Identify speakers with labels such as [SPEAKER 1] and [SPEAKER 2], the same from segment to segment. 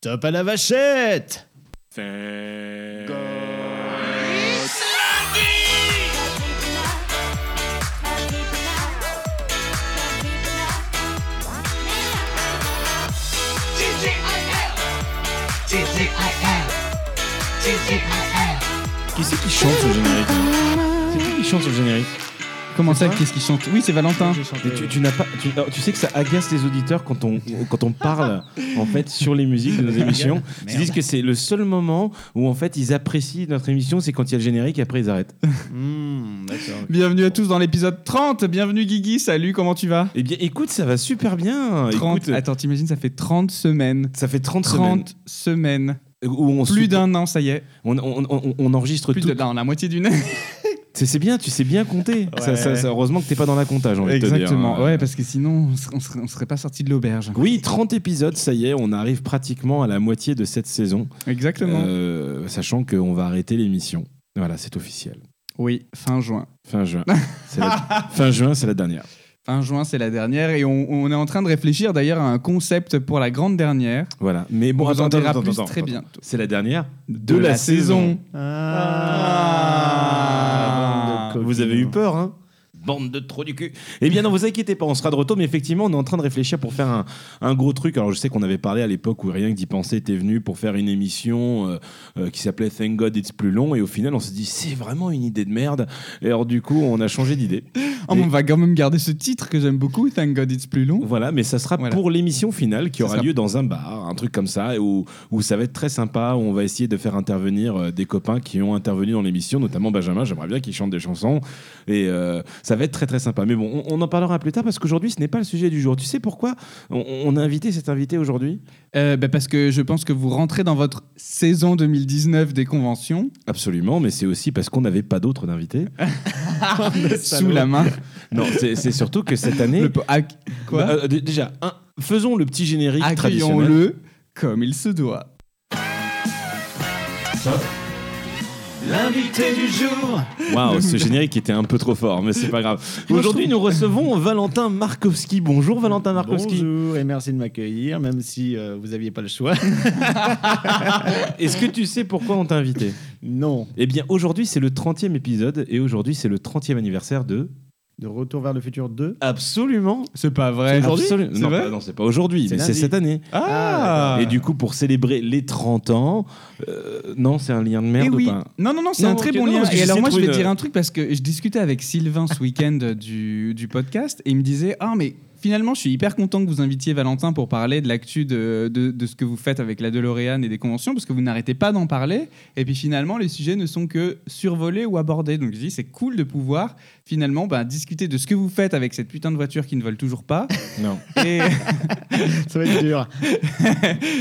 [SPEAKER 1] Top à la vachette Qui c'est qui chante ce générique C'est qui qui chante ce générique
[SPEAKER 2] Comment
[SPEAKER 3] C'est
[SPEAKER 2] ça,
[SPEAKER 3] toi
[SPEAKER 2] qu'est-ce qu'il chante Oui, c'est Valentin.
[SPEAKER 3] Hein Mais tu, tu n'as pas, tu, alors, tu sais que ça agace les auditeurs quand on, quand on parle en fait sur les musiques de nos émissions. Ils disent que c'est le seul moment où en fait ils apprécient notre émission, c'est quand il y a le générique et après ils arrêtent.
[SPEAKER 2] Bienvenue à tous dans l'épisode 30. Bienvenue Guigui, salut, comment tu vas
[SPEAKER 3] Eh bien écoute, ça va super bien. Bah,
[SPEAKER 2] 30.
[SPEAKER 3] Écoute, euh,
[SPEAKER 2] Attends, t'imagines, ça fait 30 semaines.
[SPEAKER 3] ça fait 30,
[SPEAKER 2] 30 semaines.
[SPEAKER 3] semaines où on se-
[SPEAKER 2] Plus d'un an, ça y est.
[SPEAKER 3] on, on, on- on enregistre
[SPEAKER 2] Plus
[SPEAKER 3] tout.
[SPEAKER 2] de dans la moitié d'une année.
[SPEAKER 3] C'est c'est bien, tu sais bien compter. Ça- ça- ça- heureusement que t'es pas dans la comptage, j'ai envie de te dire. hein.
[SPEAKER 2] Exactement. Ouais, parce que sinon, on serait, on serait- on serait pas sorti de l'auberge.
[SPEAKER 3] Oui, 30 épisodes, ça y est, on arrive pratiquement à la moitié de cette saison,
[SPEAKER 2] Exactement.
[SPEAKER 3] Euh, sachant qu'on va arrêter l'émission. Voilà, c'est officiel.
[SPEAKER 2] Oui, fin juin.
[SPEAKER 3] Fin juin. C'est la- Fin juin, c'est la dernière.
[SPEAKER 2] Fin juin, c'est la dernière. Et on, on est en train de réfléchir d'ailleurs à un concept pour la grande dernière.
[SPEAKER 3] Voilà. Mais bon,
[SPEAKER 2] on vous en
[SPEAKER 3] attends,
[SPEAKER 2] dira
[SPEAKER 3] attends,
[SPEAKER 2] plus
[SPEAKER 3] attends,
[SPEAKER 2] très
[SPEAKER 3] attends.
[SPEAKER 2] bientôt.
[SPEAKER 3] C'est la dernière de, la, saison.
[SPEAKER 2] Ah.
[SPEAKER 3] Vous avez eu peur, hein Bande de trous du cul. Eh bien non, vous inquiétez pas, on sera de retour, mais effectivement, on est en train de réfléchir pour faire un, un gros truc. Alors je sais qu'on avait parlé à l'époque où rien que d'y penser était venu pour faire une émission euh, euh, qui s'appelait Thank God It's Plus Long, et au final on s'est dit c'est vraiment une idée de merde. Et alors du coup, on a changé d'idée.
[SPEAKER 2] Oh, mais on va quand même garder ce titre que j'aime beaucoup, Thank God It's Plus Long.
[SPEAKER 3] Voilà, mais ça sera
[SPEAKER 2] Voilà.
[SPEAKER 3] pour l'émission finale qui
[SPEAKER 2] Ça
[SPEAKER 3] aura
[SPEAKER 2] sera-
[SPEAKER 3] lieu dans un bar, un truc comme ça, où, où ça va être très sympa, où on va essayer de faire intervenir euh, des copains qui ont intervenu dans l'émission, notamment Benjamin, j'aimerais bien qu'il chante des chansons, et euh, ça va être très très sympa. Mais bon, on, on en parlera plus tard parce qu'aujourd'hui ce n'est pas le sujet du jour. Tu sais pourquoi on, on a invité cet invité aujourd'hui
[SPEAKER 2] Euh, bah, parce que je pense que vous rentrez dans votre saison 2019 des conventions
[SPEAKER 3] Absolument, mais c'est aussi parce qu'on n'avait pas d'autres d'invités.
[SPEAKER 2] sous la main.
[SPEAKER 3] Non, c'est c'est surtout que cette année...
[SPEAKER 2] Le po- Bah, ac- quoi
[SPEAKER 3] Euh, d- déjà, un- faisons le petit générique traditionnel.
[SPEAKER 2] Accueillons-le comme il se doit. L'invité du jour
[SPEAKER 3] Waouh, ce générique était un peu trop fort, mais c'est pas grave. Aujourd'hui, nous recevons Valentin Markowski. Bonjour
[SPEAKER 1] Ah,
[SPEAKER 3] Valentin Markowski.
[SPEAKER 1] Bonjour et merci de m'accueillir, même si euh, vous n'aviez pas le choix.
[SPEAKER 3] Est-ce que tu sais pourquoi on t'a invité
[SPEAKER 1] non,
[SPEAKER 3] Eh bien, aujourd'hui, c'est le 30e épisode et aujourd'hui, c'est le 30e anniversaire de
[SPEAKER 1] de Retour vers le futur 2.
[SPEAKER 3] Absolument.
[SPEAKER 2] C'est pas vrai.
[SPEAKER 3] Absolu-
[SPEAKER 2] C'est
[SPEAKER 3] Non,
[SPEAKER 2] vrai
[SPEAKER 3] pas- non, c'est pas aujourd'hui,
[SPEAKER 1] C'est
[SPEAKER 3] mais c'est
[SPEAKER 1] lundi.
[SPEAKER 3] cette année.
[SPEAKER 2] Ah,
[SPEAKER 3] Et du coup, pour célébrer les 30 ans, euh, non, c'est un lien de merde
[SPEAKER 2] Eh
[SPEAKER 3] ou
[SPEAKER 2] oui.
[SPEAKER 3] pas
[SPEAKER 2] Non, non, non, c'est
[SPEAKER 3] Non,
[SPEAKER 2] un très
[SPEAKER 3] ok,
[SPEAKER 2] bon
[SPEAKER 3] non,
[SPEAKER 2] lien.
[SPEAKER 3] parce que
[SPEAKER 2] Et
[SPEAKER 3] j'essaie
[SPEAKER 2] alors,
[SPEAKER 3] de
[SPEAKER 2] moi, je
[SPEAKER 3] trouver
[SPEAKER 2] vais
[SPEAKER 3] une-
[SPEAKER 2] dire un truc parce que je discutais avec Sylvain ce week-end du, du podcast et il me disait Ah, mais finalement, je suis hyper content que vous invitiez Valentin pour parler de l'actu de, de, de ce que vous faites avec la DeLorean et des conventions parce que vous n'arrêtez pas d'en parler. Et puis finalement, les sujets ne sont que survolés ou abordés. Donc, je dis C'est cool de pouvoir finalement bah, discuter de ce que vous faites avec cette putain de voiture qui ne vole toujours pas.
[SPEAKER 3] Non.
[SPEAKER 2] Et.
[SPEAKER 1] Ça va être dur.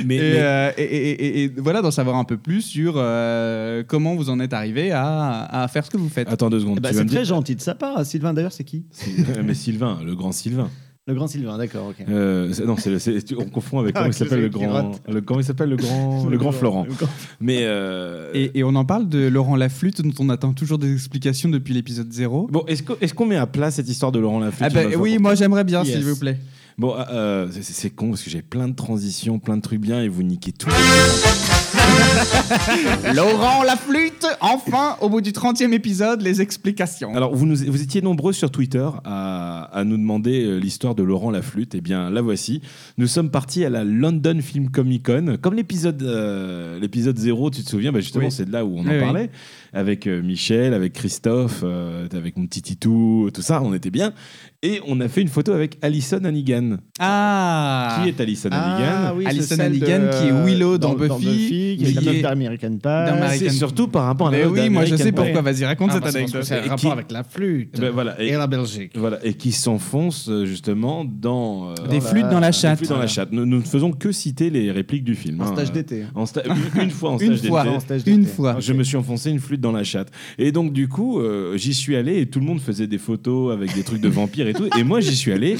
[SPEAKER 3] Mais,
[SPEAKER 2] Et,
[SPEAKER 3] mais-
[SPEAKER 2] euh, et- et- et- et voilà, d'en savoir un peu plus sur euh, comment vous en êtes arrivé à, à faire ce que vous faites.
[SPEAKER 3] attends deux secondes.
[SPEAKER 1] Eh ben,
[SPEAKER 3] tu vas
[SPEAKER 1] c'est
[SPEAKER 3] me
[SPEAKER 1] très
[SPEAKER 3] dire-
[SPEAKER 1] gentil de sa part. Sylvain, d'ailleurs, c'est qui
[SPEAKER 3] mais Sylvain, le grand Sylvain.
[SPEAKER 1] Le grand Sylvain, d'accord, ok.
[SPEAKER 3] Euh, c'est- non, c'est le- c'est- tu- on confond avec
[SPEAKER 1] Ah,
[SPEAKER 3] comment il
[SPEAKER 1] que
[SPEAKER 3] s'appelle le
[SPEAKER 1] celui qui
[SPEAKER 3] grand,
[SPEAKER 1] rote.
[SPEAKER 3] le, comment il s'appelle le grand, le grand Florent.
[SPEAKER 1] Le grand-
[SPEAKER 3] Mais euh,
[SPEAKER 2] Et, et on en parle de Laurent Laflute, dont on attend toujours des explications depuis l'épisode 0.
[SPEAKER 3] bon, est-ce qu'on est qu'on met à plat cette histoire de Laurent Lafitte
[SPEAKER 2] Ah
[SPEAKER 3] une
[SPEAKER 2] bah,
[SPEAKER 3] bonne fois
[SPEAKER 2] oui,
[SPEAKER 3] pour-
[SPEAKER 2] moi j'aimerais bien,
[SPEAKER 1] Yes.
[SPEAKER 2] s'il vous plaît.
[SPEAKER 3] Bon, ah, euh, c'est- c'est c'est con parce que j'ai plein de transitions, plein de trucs bien et vous niquez tout.
[SPEAKER 2] Laurent Laflute, enfin, au bout du 30e épisode, les explications.
[SPEAKER 3] Alors, vous, nous, vous étiez nombreux sur Twitter à, à nous demander euh, l'histoire de Laurent Laflute. Eh bien, la voici. Nous sommes partis à la London Film Comic Con. Comme l'épisode euh, l'épisode 0, tu te souviens, bah, justement,
[SPEAKER 2] Oui.
[SPEAKER 3] c'est de là où on en
[SPEAKER 2] Oui, oui.
[SPEAKER 3] parlait. Avec euh, Michel, avec Christophe, euh, avec mon petit Titou, tout ça, on était bien. Et on a fait une photo avec Alison Hannigan.
[SPEAKER 2] ah
[SPEAKER 3] Qui est Alison Hannigan
[SPEAKER 1] Ah oui, c'est
[SPEAKER 2] Alison
[SPEAKER 1] celle
[SPEAKER 2] Hannigan
[SPEAKER 1] de-
[SPEAKER 2] qui est Willow dans Buffy,
[SPEAKER 1] qui est la
[SPEAKER 2] qui
[SPEAKER 1] meuf
[SPEAKER 2] est-
[SPEAKER 1] d'American Pie.
[SPEAKER 2] d'American-
[SPEAKER 3] C'est surtout par rapport à la
[SPEAKER 2] Mais
[SPEAKER 3] note
[SPEAKER 2] oui, moi je
[SPEAKER 3] d'American
[SPEAKER 2] sais
[SPEAKER 3] Pie.
[SPEAKER 2] pourquoi. Vas-y, raconte
[SPEAKER 1] Ah,
[SPEAKER 2] cette
[SPEAKER 1] parce
[SPEAKER 4] bah,
[SPEAKER 1] que
[SPEAKER 2] anecdute.
[SPEAKER 1] C'est un
[SPEAKER 3] Et
[SPEAKER 1] rapport
[SPEAKER 3] qui-
[SPEAKER 1] avec la flûte
[SPEAKER 3] Ben voilà,
[SPEAKER 1] et,
[SPEAKER 3] et,
[SPEAKER 1] la Belgique.
[SPEAKER 3] voilà, et qui s'enfonce euh, justement dans euh,
[SPEAKER 2] Des
[SPEAKER 1] Oh là
[SPEAKER 2] flûtes
[SPEAKER 1] là,
[SPEAKER 2] dans la
[SPEAKER 1] des
[SPEAKER 3] des
[SPEAKER 2] chatte.
[SPEAKER 3] flûts dans la chatte. Nous, nous ne faisons que citer les répliques du film.
[SPEAKER 1] En
[SPEAKER 3] hein.
[SPEAKER 1] stage d'été. hein.
[SPEAKER 3] En sta- une- une fois en
[SPEAKER 2] Une
[SPEAKER 3] stage d'été.
[SPEAKER 2] fois,
[SPEAKER 1] en stage d'été.
[SPEAKER 2] une fois.
[SPEAKER 3] Je me suis enfoncé une flûte dans la chatte. Et donc, du coup, euh, j'y suis allé et tout le monde faisait des photos avec des trucs de vampires et tout. Et moi, j'y suis allé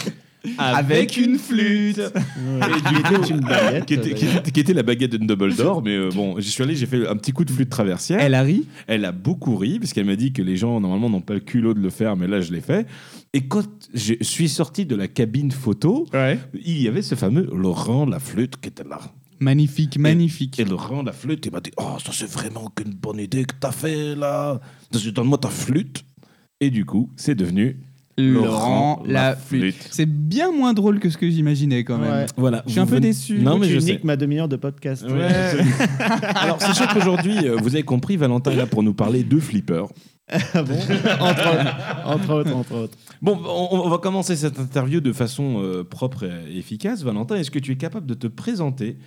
[SPEAKER 2] Avec une flûte.
[SPEAKER 3] Et du
[SPEAKER 1] C'était une baguette,
[SPEAKER 3] qui, était, qui
[SPEAKER 1] d'ailleurs.
[SPEAKER 3] était- qui était la baguette de Dumbledore. Mais euh, bon, j'y suis allé, j'ai fait un petit coup de flûte traversière.
[SPEAKER 2] Elle a ri
[SPEAKER 3] Elle a beaucoup ri, parce qu'elle m'a dit que les gens, normalement, n'ont pas le culot de le faire, mais là, je l'ai fait. Et quand je suis sorti de la cabine photo,
[SPEAKER 2] Ouais.
[SPEAKER 3] il y avait ce fameux Laurent Laflûte qui était là.
[SPEAKER 2] Magnifique, magnifique.
[SPEAKER 3] Elle rend la flûte et m'a dit Oh, ça c'est vraiment qu'une bonne idée que t'as fait là. Vas-y, Donne-moi ta flûte. Et du coup, c'est devenu. Laurent
[SPEAKER 2] Laurent la
[SPEAKER 3] Laflute.
[SPEAKER 2] flûte. C'est bien moins drôle que ce que j'imaginais quand même.
[SPEAKER 4] Ouais.
[SPEAKER 3] Voilà.
[SPEAKER 2] Je suis un
[SPEAKER 3] vous
[SPEAKER 2] peu
[SPEAKER 3] venez-
[SPEAKER 2] déçu.
[SPEAKER 3] Non,
[SPEAKER 4] Donc,
[SPEAKER 3] mais
[SPEAKER 4] tu
[SPEAKER 3] je sais.
[SPEAKER 4] niques ma demi-heure de podcast.
[SPEAKER 3] Ouais. Alors, sachez qu'aujourd'hui, euh, vous avez compris, Valentin est là pour nous parler de Flipper.
[SPEAKER 4] Ah bon entre, autres, entre autres, entre autres.
[SPEAKER 3] Bon, on, on va commencer cette interview de façon euh, propre et efficace. Valentin, est-ce que tu es capable de te présenter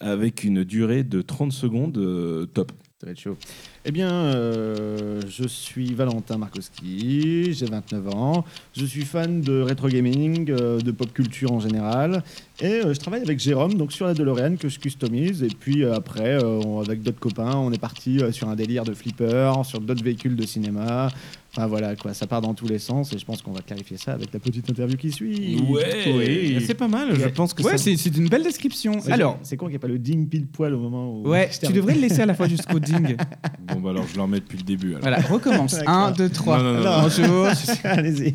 [SPEAKER 3] avec une durée de 30 secondes euh, top
[SPEAKER 4] Ça va être chaud. Eh bien, euh, je suis Valentin Markowski, j'ai 29 ans, je suis fan de rétro gaming, euh, de pop culture en général, et euh, je travaille avec Jérôme donc sur la DeLorean que je customise, et puis euh, après, euh, on- avec d'autres copains, on est parti euh, sur un délire de flipper, sur d'autres véhicules de cinéma, enfin voilà quoi, ça part dans tous les sens, et je pense qu'on va clarifier ça avec la petite interview qui suit.
[SPEAKER 3] Oui. C'est pas mal, je
[SPEAKER 4] Ouais.
[SPEAKER 3] pense que
[SPEAKER 2] Ouais,
[SPEAKER 3] ça...
[SPEAKER 2] c'est c'est une belle description.
[SPEAKER 4] Ouais,
[SPEAKER 2] Alors,
[SPEAKER 4] c'est con qu'il n'y a pas le ding pile poil au moment où.
[SPEAKER 2] ouais,
[SPEAKER 4] je
[SPEAKER 2] tu
[SPEAKER 4] termine.
[SPEAKER 2] devrais le laisser à la fois jusqu'au ding.
[SPEAKER 3] Bon, bah alors je l'en mets depuis le début. alors.
[SPEAKER 2] Voilà, recommence.
[SPEAKER 4] D'accord.
[SPEAKER 2] 1, 2, 3.
[SPEAKER 3] Non, non, non,
[SPEAKER 4] non.
[SPEAKER 2] Bonjour.
[SPEAKER 4] Allez-y.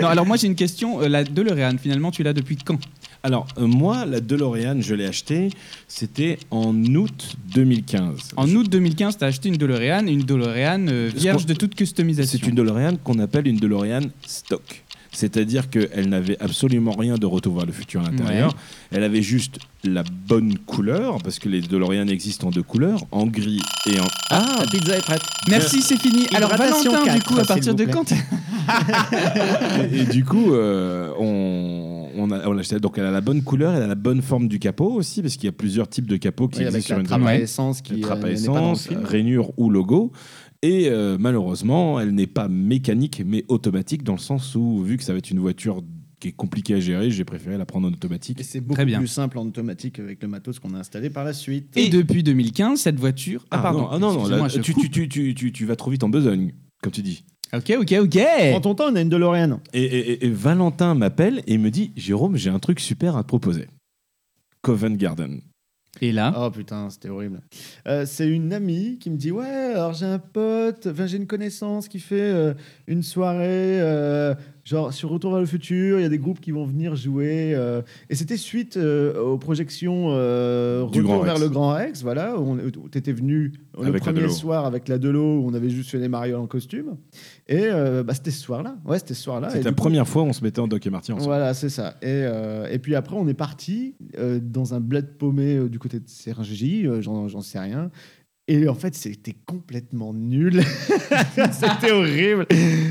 [SPEAKER 2] Non, alors moi j'ai une question. Euh, la DeLorean, finalement, tu l'as depuis quand
[SPEAKER 3] Alors, euh, moi, la DeLorean, je l'ai achetée, c'était en août 2015.
[SPEAKER 2] En août 2015, tu as acheté une DeLorean, une DeLorean euh,
[SPEAKER 3] qu'on-
[SPEAKER 2] vierge de toute customisation.
[SPEAKER 3] C'est une DeLorean qu'on appelle une DeLorean stock. C'est-à-dire qu'elle n'avait absolument rien de retour vers le futur à l'intérieur. Elle avait juste la bonne couleur, parce que les DeLorean existent en deux couleurs, en gris et en. Ah
[SPEAKER 4] La pizza est prête.
[SPEAKER 2] Merci, c'est fini. Alors
[SPEAKER 4] Hydratation
[SPEAKER 2] Valentin, du
[SPEAKER 4] quatre,
[SPEAKER 2] coup, à
[SPEAKER 4] s'il
[SPEAKER 2] partir
[SPEAKER 4] vous
[SPEAKER 2] de
[SPEAKER 4] plaît.
[SPEAKER 2] quand
[SPEAKER 3] Et, et du coup, euh, on, on, a, on l'a acheté. Donc elle a la bonne couleur, elle a la bonne forme du capot aussi, parce qu'il y a plusieurs types de capots qui
[SPEAKER 4] Oui, avec
[SPEAKER 3] existent
[SPEAKER 4] la
[SPEAKER 3] sur une
[SPEAKER 4] trappe
[SPEAKER 3] DeLorean.
[SPEAKER 4] à
[SPEAKER 2] Ouais.
[SPEAKER 4] essence qui
[SPEAKER 3] trappe
[SPEAKER 4] euh,
[SPEAKER 3] à
[SPEAKER 4] n'est pas dans le
[SPEAKER 3] essence,
[SPEAKER 4] film.
[SPEAKER 3] rainure ou logo. Et euh, malheureusement, elle n'est pas mécanique, mais automatique, dans le sens où, vu que ça va être une voiture qui est compliquée à gérer, j'ai préféré la prendre en automatique.
[SPEAKER 4] Et c'est beaucoup
[SPEAKER 2] Très bien.
[SPEAKER 4] plus simple en automatique avec le matos qu'on a installé par la suite.
[SPEAKER 2] Et depuis 2015, cette voiture. Ah, pardon.
[SPEAKER 3] non, ah non, non, là,
[SPEAKER 2] Excusez-moi, je
[SPEAKER 3] tu,
[SPEAKER 2] coupe.
[SPEAKER 3] tu, tu, tu, tu, tu vas trop vite en besogne, comme tu dis.
[SPEAKER 2] Ok, ok, ok.
[SPEAKER 4] Prends ton temps, on a une DeLorean.
[SPEAKER 3] Et, et- et- et Valentin m'appelle et me dit Jérôme, j'ai un truc super à te proposer. Covent Garden.
[SPEAKER 2] Et
[SPEAKER 3] Hein
[SPEAKER 2] là,
[SPEAKER 4] Oh putain, c'était horrible. Euh, c'est une amie qui me dit Ouais, alors j'ai un pote, enfin j'ai une connaissance qui fait euh, une soirée, euh, genre sur Retour vers le futur, il y a des groupes qui vont venir jouer. euh. et c'était suite euh, aux projections euh,
[SPEAKER 3] Du Grand
[SPEAKER 4] Retour vers
[SPEAKER 3] Rex.
[SPEAKER 4] le Grand Rex, voilà, où, on- où t'étais venu le
[SPEAKER 3] Avec la
[SPEAKER 4] premier
[SPEAKER 3] Delo.
[SPEAKER 4] soir avec la Delo, où on avait juste fait les marioles en costume. Et euh, bah, c'était ce soir-là. Ouais, c'était ce soir-là.
[SPEAKER 3] C'était
[SPEAKER 4] Ah, Et
[SPEAKER 3] la
[SPEAKER 4] du coup,
[SPEAKER 3] première fois où on se mettait en Doc et Marty ensemble.
[SPEAKER 4] Voilà, c'est ça. Et, euh, et puis après, on est parti euh, dans un bled paumé euh, du côté de Sergi, euh, j'en j'en sais rien. Et en fait, c'était complètement nul. c'était horrible.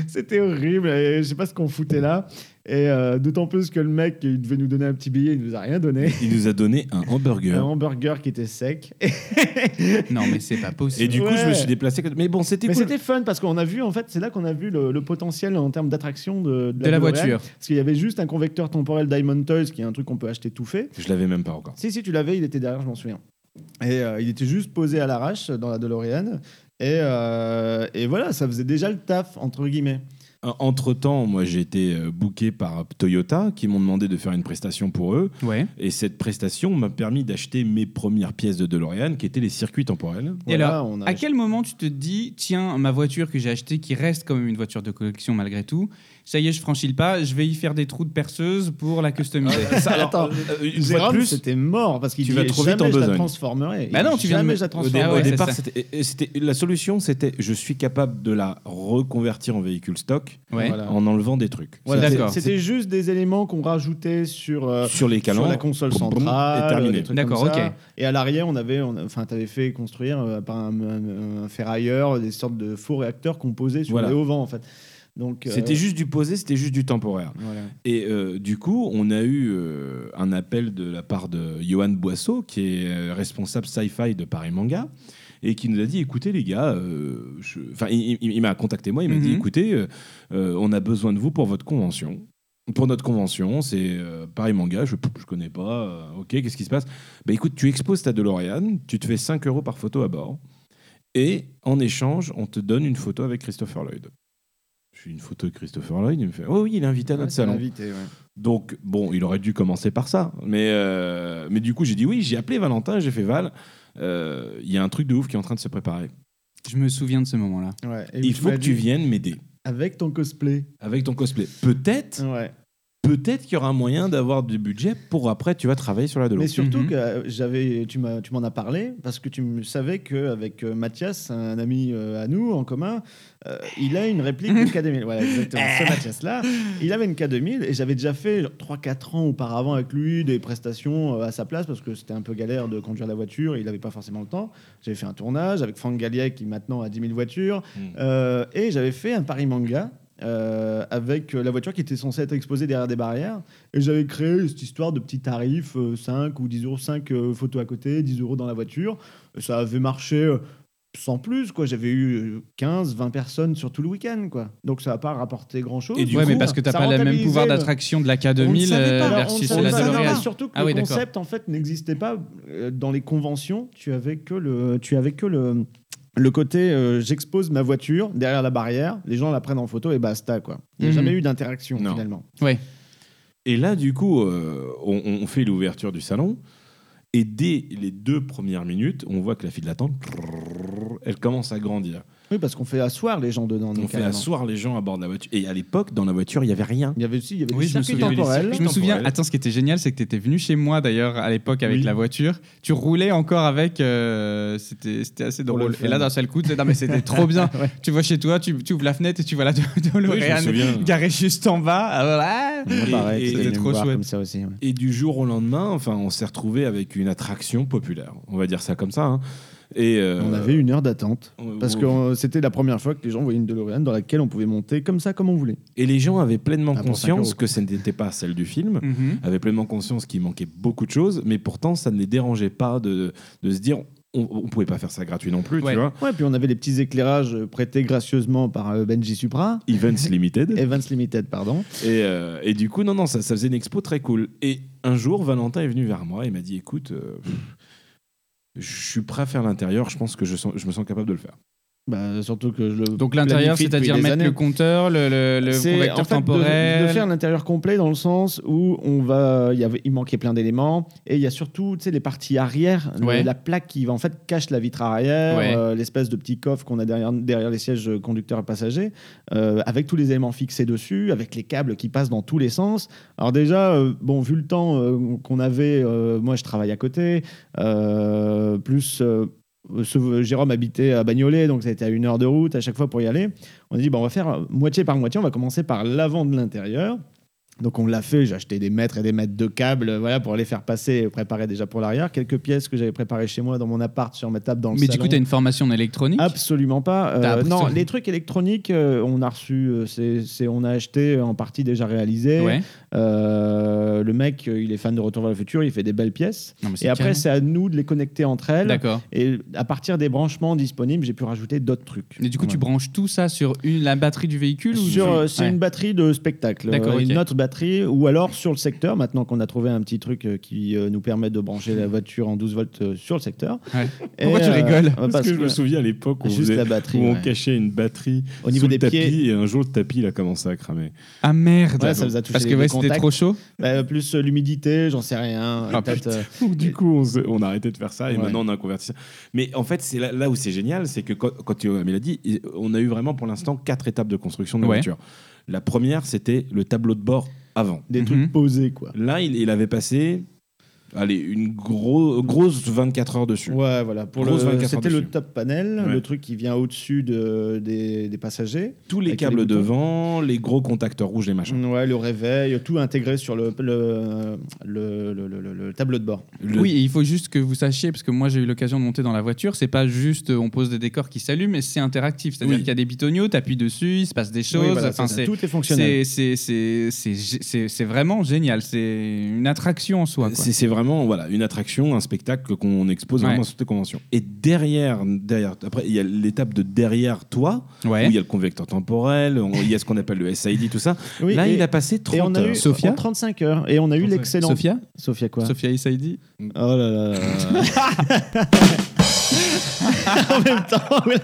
[SPEAKER 4] C'était horrible. Et je sais pas ce qu'on foutait là. Et euh, d'autant plus que le mec, il devait nous donner un petit billet, il nous a rien donné.
[SPEAKER 3] Il nous a donné un
[SPEAKER 4] Un
[SPEAKER 3] hamburger.
[SPEAKER 4] hamburger qui était sec.
[SPEAKER 3] Ah.
[SPEAKER 2] non, mais c'est pas possible.
[SPEAKER 3] Et du coup,
[SPEAKER 4] Ouais.
[SPEAKER 3] je me suis déplacé. Mais bon, c'était
[SPEAKER 4] Mais
[SPEAKER 3] cool.
[SPEAKER 4] c'était fun parce qu'on a vu, en fait, c'est là qu'on a vu le, le potentiel en termes d'attraction de,
[SPEAKER 2] de la
[SPEAKER 4] DeLorean.
[SPEAKER 2] voiture.
[SPEAKER 4] Parce qu'il y avait juste un convecteur temporel Diamond Toys, qui est un truc qu'on peut acheter tout fait.
[SPEAKER 3] Je l'avais même pas encore.
[SPEAKER 4] Si, si, tu l'avais, il était derrière, je m'en souviens. Et euh, il était juste posé à l'arrache dans la DeLorean. Et, euh, et voilà, ça faisait déjà le taf, entre guillemets.
[SPEAKER 3] Entre temps, moi j'ai été euh, booké par Toyota qui m'ont demandé de faire une prestation pour eux.
[SPEAKER 2] Ouais.
[SPEAKER 3] Et cette prestation m'a permis d'acheter mes premières pièces de DeLorean qui étaient les circuits temporels.
[SPEAKER 2] Et
[SPEAKER 4] Voilà,
[SPEAKER 2] alors,
[SPEAKER 4] on a
[SPEAKER 2] à quel moment tu te dis, tiens, ma voiture que j'ai achetée, qui reste quand même une voiture de collection malgré tout, ça y est, je franchis le pas, je vais y faire des trous de perceuse pour la customiser.
[SPEAKER 3] Ça, alors,
[SPEAKER 4] Attends,
[SPEAKER 3] euh, une fois
[SPEAKER 4] Jérôme,
[SPEAKER 3] de plus,
[SPEAKER 4] c'était mort parce qu'il
[SPEAKER 3] tu
[SPEAKER 4] dit
[SPEAKER 3] vas trop vite
[SPEAKER 4] jamais
[SPEAKER 3] en
[SPEAKER 4] je la
[SPEAKER 3] besogne.
[SPEAKER 4] transformerai.
[SPEAKER 2] Bah
[SPEAKER 4] Il
[SPEAKER 2] non,
[SPEAKER 4] dit,
[SPEAKER 2] tu viens de
[SPEAKER 4] jamais
[SPEAKER 2] me-
[SPEAKER 4] je la
[SPEAKER 3] au, dé-
[SPEAKER 2] Ah
[SPEAKER 4] transformerai.
[SPEAKER 2] ouais,
[SPEAKER 3] au
[SPEAKER 2] c'est
[SPEAKER 3] départ,
[SPEAKER 2] ça.
[SPEAKER 3] c'était- et- et c'était- la solution c'était je suis capable de la reconvertir en véhicule stock
[SPEAKER 2] Ouais.
[SPEAKER 4] Voilà.
[SPEAKER 3] en enlevant des trucs.
[SPEAKER 4] Voilà,
[SPEAKER 2] C'est
[SPEAKER 4] c'est-
[SPEAKER 2] d'accord.
[SPEAKER 4] C'était juste des éléments qu'on rajoutait sur, euh,
[SPEAKER 3] Sur les
[SPEAKER 4] sur
[SPEAKER 3] calandres,
[SPEAKER 4] la console
[SPEAKER 3] boum, boum,
[SPEAKER 4] centrale.
[SPEAKER 3] et terminé.
[SPEAKER 4] des trucs
[SPEAKER 2] D'accord,
[SPEAKER 4] comme ça.
[SPEAKER 2] ok.
[SPEAKER 4] Et à l'arrière, on avait, on a- enfin, t'avais fait construire euh, par un, un- un ferrailleur des sortes de faux réacteurs composés sur
[SPEAKER 3] Voilà.
[SPEAKER 4] les hauts-vents, en fait. Donc, euh,
[SPEAKER 3] C'était juste du posé, c'était juste du temporaire.
[SPEAKER 4] voilà.
[SPEAKER 3] Et euh, du coup, on a eu euh, un appel de la part de Johan Boisseau, qui est euh, responsable sci-fi de Paris Manga, et qui nous a dit écoutez, les gars, euh, je- enfin, il, il- il m'a contacté moi, il m'a dit
[SPEAKER 2] Mhm.
[SPEAKER 3] écoutez, euh, euh, on a besoin de vous pour votre convention. Pour notre convention, c'est euh, Paris Manga, je ne connais pas, euh, ok, qu'est-ce qui se passe Bah écoute, tu exposes ta DeLorean, tu te fais 5 euros par photo à bord, et en échange, on te donne une photo avec Christopher Lloyd. Je suis une photo de Christopher Lloyd, il me fait Oh oui, il est invité à notre
[SPEAKER 4] Ouais, Ah, c'est
[SPEAKER 3] salon.
[SPEAKER 4] l'invité, ouais.
[SPEAKER 3] Donc, bon, il aurait dû commencer par ça. Mais, euh, mais du coup, j'ai dit oui, j'ai appelé Valentin, j'ai fait Val. euh, Il y a un truc de ouf qui est en train de se préparer.
[SPEAKER 2] Je me souviens de ce moment-là.
[SPEAKER 4] Ouais, et
[SPEAKER 3] Il
[SPEAKER 4] tu
[SPEAKER 3] faut
[SPEAKER 4] m'as
[SPEAKER 3] que tu
[SPEAKER 4] dit,
[SPEAKER 3] viennes m'aider
[SPEAKER 4] Avec ton cosplay.
[SPEAKER 3] avec ton cosplay. Peut-être
[SPEAKER 4] Ouais.
[SPEAKER 3] peut-être qu'il y aura un moyen d'avoir du budget pour après, tu vas travailler sur la Delo.
[SPEAKER 4] Mais surtout
[SPEAKER 2] Mhm.
[SPEAKER 4] que euh, j'avais, tu m'as, tu m'en as parlé parce que tu me savais que avec euh, Mathias, un ami euh, à nous en commun, euh, il a une réplique de K2000. Voilà, exactement. Ce Mathias-là, il avait une K2000 et j'avais déjà fait 3-4 ans auparavant avec lui des prestations euh, à sa place parce que c'était un peu galère de conduire la voiture. et il n'avait pas forcément le temps. J'avais fait un tournage avec Franck Gallier qui maintenant a 10 000 voitures
[SPEAKER 3] Mm.
[SPEAKER 4] Euh, et j'avais fait un pari manga. euh, avec euh, la voiture qui était censée être exposée derrière des barrières. Et j'avais créé cette histoire de petits tarifs, euh, 5 ou 10 euros, 5 euh, photos à côté, 10 euros dans la voiture. Et ça avait marché euh, sans plus, quoi. J'avais eu euh, 15, 20 personnes sur tout le week-end, quoi. Donc ça n'a pas rapporté grand-chose.
[SPEAKER 3] Et du
[SPEAKER 2] ouais,
[SPEAKER 3] coup, euh,
[SPEAKER 2] mais parce que t'as
[SPEAKER 4] ça
[SPEAKER 2] pas le même
[SPEAKER 4] rentabilisait
[SPEAKER 2] pouvoir
[SPEAKER 4] le-
[SPEAKER 2] d'attraction de la
[SPEAKER 4] on ne
[SPEAKER 2] K2000
[SPEAKER 4] savait pas.
[SPEAKER 2] euh,
[SPEAKER 4] Alors,
[SPEAKER 2] versus
[SPEAKER 4] on savait
[SPEAKER 2] la
[SPEAKER 4] pas, non, mais
[SPEAKER 2] DeLorean.
[SPEAKER 4] Surtout que
[SPEAKER 2] Ah
[SPEAKER 4] le
[SPEAKER 2] oui, d'accord.
[SPEAKER 4] concept en fait n'existait pas euh, dans les conventions. Tu avais que le, tu avais que le, le côté euh, j'expose ma voiture derrière la barrière, les gens la prennent en photo et basta quoi. Il n'y a
[SPEAKER 2] Mhm.
[SPEAKER 4] jamais eu d'interaction
[SPEAKER 3] Non.
[SPEAKER 4] finalement.
[SPEAKER 3] Et là, du coup, euh, on, on fait l'ouverture du salon. Et dès les deux premières minutes, on voit que la file d'attente, trrrr, elle commence à grandir.
[SPEAKER 4] Oui, parce qu'on fait asseoir les gens dedans.
[SPEAKER 3] On
[SPEAKER 4] donc,
[SPEAKER 3] fait
[SPEAKER 4] carrément.
[SPEAKER 3] asseoir les gens à bord de la voiture. Et à l'époque, dans la voiture, il n'y avait rien.
[SPEAKER 4] Il y avait aussi, il y avait
[SPEAKER 2] Oui,
[SPEAKER 4] des
[SPEAKER 2] je me
[SPEAKER 4] circuits
[SPEAKER 2] souviens.
[SPEAKER 4] temporels.
[SPEAKER 2] Je me souviens,
[SPEAKER 3] temporel.
[SPEAKER 2] attends, ce qui était génial, c'est que tu étais venu chez moi d'ailleurs à l'époque avec
[SPEAKER 3] Oui.
[SPEAKER 2] la voiture. Tu roulais encore avec. euh, c'était c'était assez
[SPEAKER 4] Pour
[SPEAKER 2] drôle.
[SPEAKER 4] le fun.
[SPEAKER 2] Et là, d'un seul coup, tu sais, non, mais c'était trop bien. Tu vois chez toi, tu, tu ouvres la fenêtre et tu vois la
[SPEAKER 3] Oui, je me
[SPEAKER 2] DeLorean
[SPEAKER 3] souviens.
[SPEAKER 2] garée Mmh. juste en bas. Ah, voilà.
[SPEAKER 4] Ouais,
[SPEAKER 3] Et-
[SPEAKER 4] pareil,
[SPEAKER 3] et-
[SPEAKER 4] c'était
[SPEAKER 2] c'était
[SPEAKER 4] venu me
[SPEAKER 2] trop
[SPEAKER 4] voir
[SPEAKER 2] chouette.
[SPEAKER 4] Comme ça aussi. ouais.
[SPEAKER 3] Et du jour au lendemain, enfin, on s'est retrouvé avec une attraction populaire. On va dire ça comme ça. hein. Et euh,
[SPEAKER 4] On avait une heure d'attente.
[SPEAKER 3] on-
[SPEAKER 4] Parce que euh, c'était la première fois que les gens voyaient une DeLorean dans laquelle on pouvait monter comme ça, comme on voulait.
[SPEAKER 3] Et les gens avaient pleinement
[SPEAKER 4] Ah, pour cinq
[SPEAKER 3] conscience
[SPEAKER 4] euros.
[SPEAKER 3] que ce n'était pas celle du film.
[SPEAKER 4] Mmh.
[SPEAKER 2] Mhm.
[SPEAKER 3] avaient pleinement conscience qu'il manquait beaucoup de choses, mais pourtant ça ne les dérangeait pas de, de se dire on, ne pouvait pas faire ça gratuit non plus,
[SPEAKER 2] Ouais.
[SPEAKER 3] tu vois.
[SPEAKER 4] Ouais, puis on avait les petits éclairages euh, prêtés gracieusement par euh, Benji Supra,
[SPEAKER 3] Events Limited.
[SPEAKER 4] Evans Limited, pardon.
[SPEAKER 3] Et, euh, et du coup, non, non, ça, ça faisait une expo très cool. Et un jour, Valentin est venu vers moi et m'a dit écoute, euh, pff, je suis prêt à faire l'intérieur, je pense que je, sens- je me sens capable de le faire.
[SPEAKER 4] Bah, surtout que je le
[SPEAKER 2] Donc l'intérieur,
[SPEAKER 4] planifie depuis
[SPEAKER 2] c'est-à-dire
[SPEAKER 4] des
[SPEAKER 2] mettre
[SPEAKER 4] années.
[SPEAKER 2] le compteur, le, le, le
[SPEAKER 4] C'est,
[SPEAKER 2] correcteur
[SPEAKER 4] en fait, de-
[SPEAKER 2] temporel.
[SPEAKER 4] de, faire l'intérieur complet dans le sens où on va il y avait- il manquait plein d'éléments et il y a surtout tu sais les parties arrière le-
[SPEAKER 2] Ouais.
[SPEAKER 4] la plaque qui va en fait cache la vitre arrière
[SPEAKER 2] Ouais.
[SPEAKER 4] euh, l'espèce de petit coffre qu'on a derrière derrière les sièges conducteurs et passagers euh, avec tous les éléments fixés dessus avec les câbles qui passent dans tous les sens alors déjà euh, bon vu le temps euh, qu'on avait euh, moi je travaille à côté euh, plus euh, ce- Jérôme habitait à Bagnolet, donc ça a été à une heure de route à chaque fois pour y aller. On a dit, bon, on va faire euh, moitié par moitié, on va commencer par l'avant de l'intérieur. Donc on l'a fait, j'ai acheté des mètres et des mètres de câbles euh, voilà, pour les faire passer et préparer déjà pour l'arrière. Quelques pièces que j'avais préparées chez moi dans mon appart, sur ma table, dans le
[SPEAKER 2] Mais du
[SPEAKER 4] salon.
[SPEAKER 2] coup, t'as une formation en électronique.
[SPEAKER 4] Absolument pas. Euh,
[SPEAKER 2] T'as appris
[SPEAKER 4] non,
[SPEAKER 2] ça.
[SPEAKER 4] les trucs électroniques, euh, on a reçu, euh, c'est, c'est- on a acheté euh, en partie déjà réalisé.
[SPEAKER 2] Ouais.
[SPEAKER 4] Euh, le mec, euh, il est fan de Retour vers le futur, il fait des belles pièces.
[SPEAKER 2] Non, mais c'est
[SPEAKER 4] Et après,
[SPEAKER 2] carrément-
[SPEAKER 4] c'est à nous de les connecter entre elles.
[SPEAKER 2] D'accord.
[SPEAKER 4] Et à partir des branchements disponibles, j'ai pu rajouter d'autres trucs.
[SPEAKER 2] Et du coup, tu
[SPEAKER 4] Voilà.
[SPEAKER 2] branches tout ça sur une, la batterie du véhicule ou
[SPEAKER 4] Sur,
[SPEAKER 2] tu-
[SPEAKER 4] euh, c'est
[SPEAKER 2] Ouais.
[SPEAKER 4] une batterie de spectacle,
[SPEAKER 2] D'accord,
[SPEAKER 4] euh, une
[SPEAKER 2] ok.
[SPEAKER 4] autre batterie, ou alors sur le secteur, maintenant qu'on a trouvé un petit truc euh, qui euh, nous permet de brancher la voiture en 12 volts euh, sur le secteur.
[SPEAKER 2] Ouais.
[SPEAKER 4] Et,
[SPEAKER 2] Pourquoi tu
[SPEAKER 4] euh,
[SPEAKER 2] rigoles
[SPEAKER 4] euh,
[SPEAKER 3] parce
[SPEAKER 4] parce
[SPEAKER 3] que, je
[SPEAKER 4] que
[SPEAKER 3] me souviens à l'époque où, on
[SPEAKER 4] Juste
[SPEAKER 3] faisait-
[SPEAKER 4] la batterie.
[SPEAKER 3] où on
[SPEAKER 4] ouais.
[SPEAKER 3] cachait une batterie
[SPEAKER 4] Au niveau
[SPEAKER 3] sous
[SPEAKER 4] des
[SPEAKER 3] le tapis,
[SPEAKER 4] pieds.
[SPEAKER 3] et un jour le tapis il a commencé à cramer.
[SPEAKER 2] Ah merde
[SPEAKER 4] Ouais, ça vous a touché
[SPEAKER 2] Parce que
[SPEAKER 4] les
[SPEAKER 2] ouais,
[SPEAKER 4] les
[SPEAKER 2] c'était
[SPEAKER 4] contacts.
[SPEAKER 2] trop chaud.
[SPEAKER 4] Bah, plus euh, l'humidité, j'en sais rien.
[SPEAKER 2] Ah,
[SPEAKER 4] peut-être, euh,
[SPEAKER 3] Donc, du coup, on, se- on a arrêté de faire ça et
[SPEAKER 4] Ouais.
[SPEAKER 3] maintenant on a un convertisseur. Mais en fait, c'est là, là où c'est génial, c'est que quand, quand tu l'a dit, il- on a eu vraiment pour l'instant quatre étapes de construction de la
[SPEAKER 2] Ouais.
[SPEAKER 3] voiture. La première, c'était le tableau de bord avant.
[SPEAKER 4] des
[SPEAKER 2] Mhm.
[SPEAKER 4] trucs posés, quoi.
[SPEAKER 3] Là, il, il avait passé allez, une gros- grosse 24 heures dessus.
[SPEAKER 4] Ouais, voilà. Pour
[SPEAKER 3] Grosse
[SPEAKER 4] le,
[SPEAKER 3] 24
[SPEAKER 4] c'était
[SPEAKER 3] dessus.
[SPEAKER 4] le top panel,
[SPEAKER 3] Ouais.
[SPEAKER 4] le truc qui vient au-dessus de, des, des passagers.
[SPEAKER 3] Tous les
[SPEAKER 4] Avec
[SPEAKER 3] câbles
[SPEAKER 4] les boutons.
[SPEAKER 3] devant, les gros contacteurs rouges, les machins.
[SPEAKER 4] Ouais, le réveil, tout intégré sur le, le, le, le- le- le- le tableau de bord.
[SPEAKER 3] Le-
[SPEAKER 2] Oui, et il faut juste que vous sachiez, parce que moi j'ai eu l'occasion de monter dans la voiture, c'est pas juste euh, on pose des décors qui s'allument, mais c'est interactif. C'est-à-dire
[SPEAKER 3] Oui.
[SPEAKER 2] qu'il y a des bitoniaux, t'appuies dessus, il se passe des choses.
[SPEAKER 4] Oui, voilà,
[SPEAKER 2] enfin,
[SPEAKER 4] c'est-
[SPEAKER 2] c'est-
[SPEAKER 4] tout est fonctionnel.
[SPEAKER 2] c'est- c'est- c'est- c'est gé- c'est- c'est vraiment génial. C'est une attraction en soi. quoi.
[SPEAKER 3] Euh, C'est c'est vraiment voilà, une attraction, un spectacle qu'on expose
[SPEAKER 2] Ouais.
[SPEAKER 3] vraiment à toutes les conventions. Et derrière, derrière après, il y a l'étape de derrière toi,
[SPEAKER 2] Ouais.
[SPEAKER 3] où il y a le convecteur temporel, on- il y a ce qu'on appelle le SID, tout ça.
[SPEAKER 4] Oui,
[SPEAKER 3] Là,
[SPEAKER 4] et-
[SPEAKER 3] il a passé
[SPEAKER 4] Et
[SPEAKER 3] 30
[SPEAKER 4] on a
[SPEAKER 3] heures.
[SPEAKER 4] eu
[SPEAKER 2] Sophia
[SPEAKER 4] en 35 heures. Et on a eu l'excellent. Oh
[SPEAKER 2] Sophia
[SPEAKER 4] Sophia quoi
[SPEAKER 3] Euh,
[SPEAKER 2] Sophia Issaidi
[SPEAKER 4] Oh là là là là. en même temps. oui.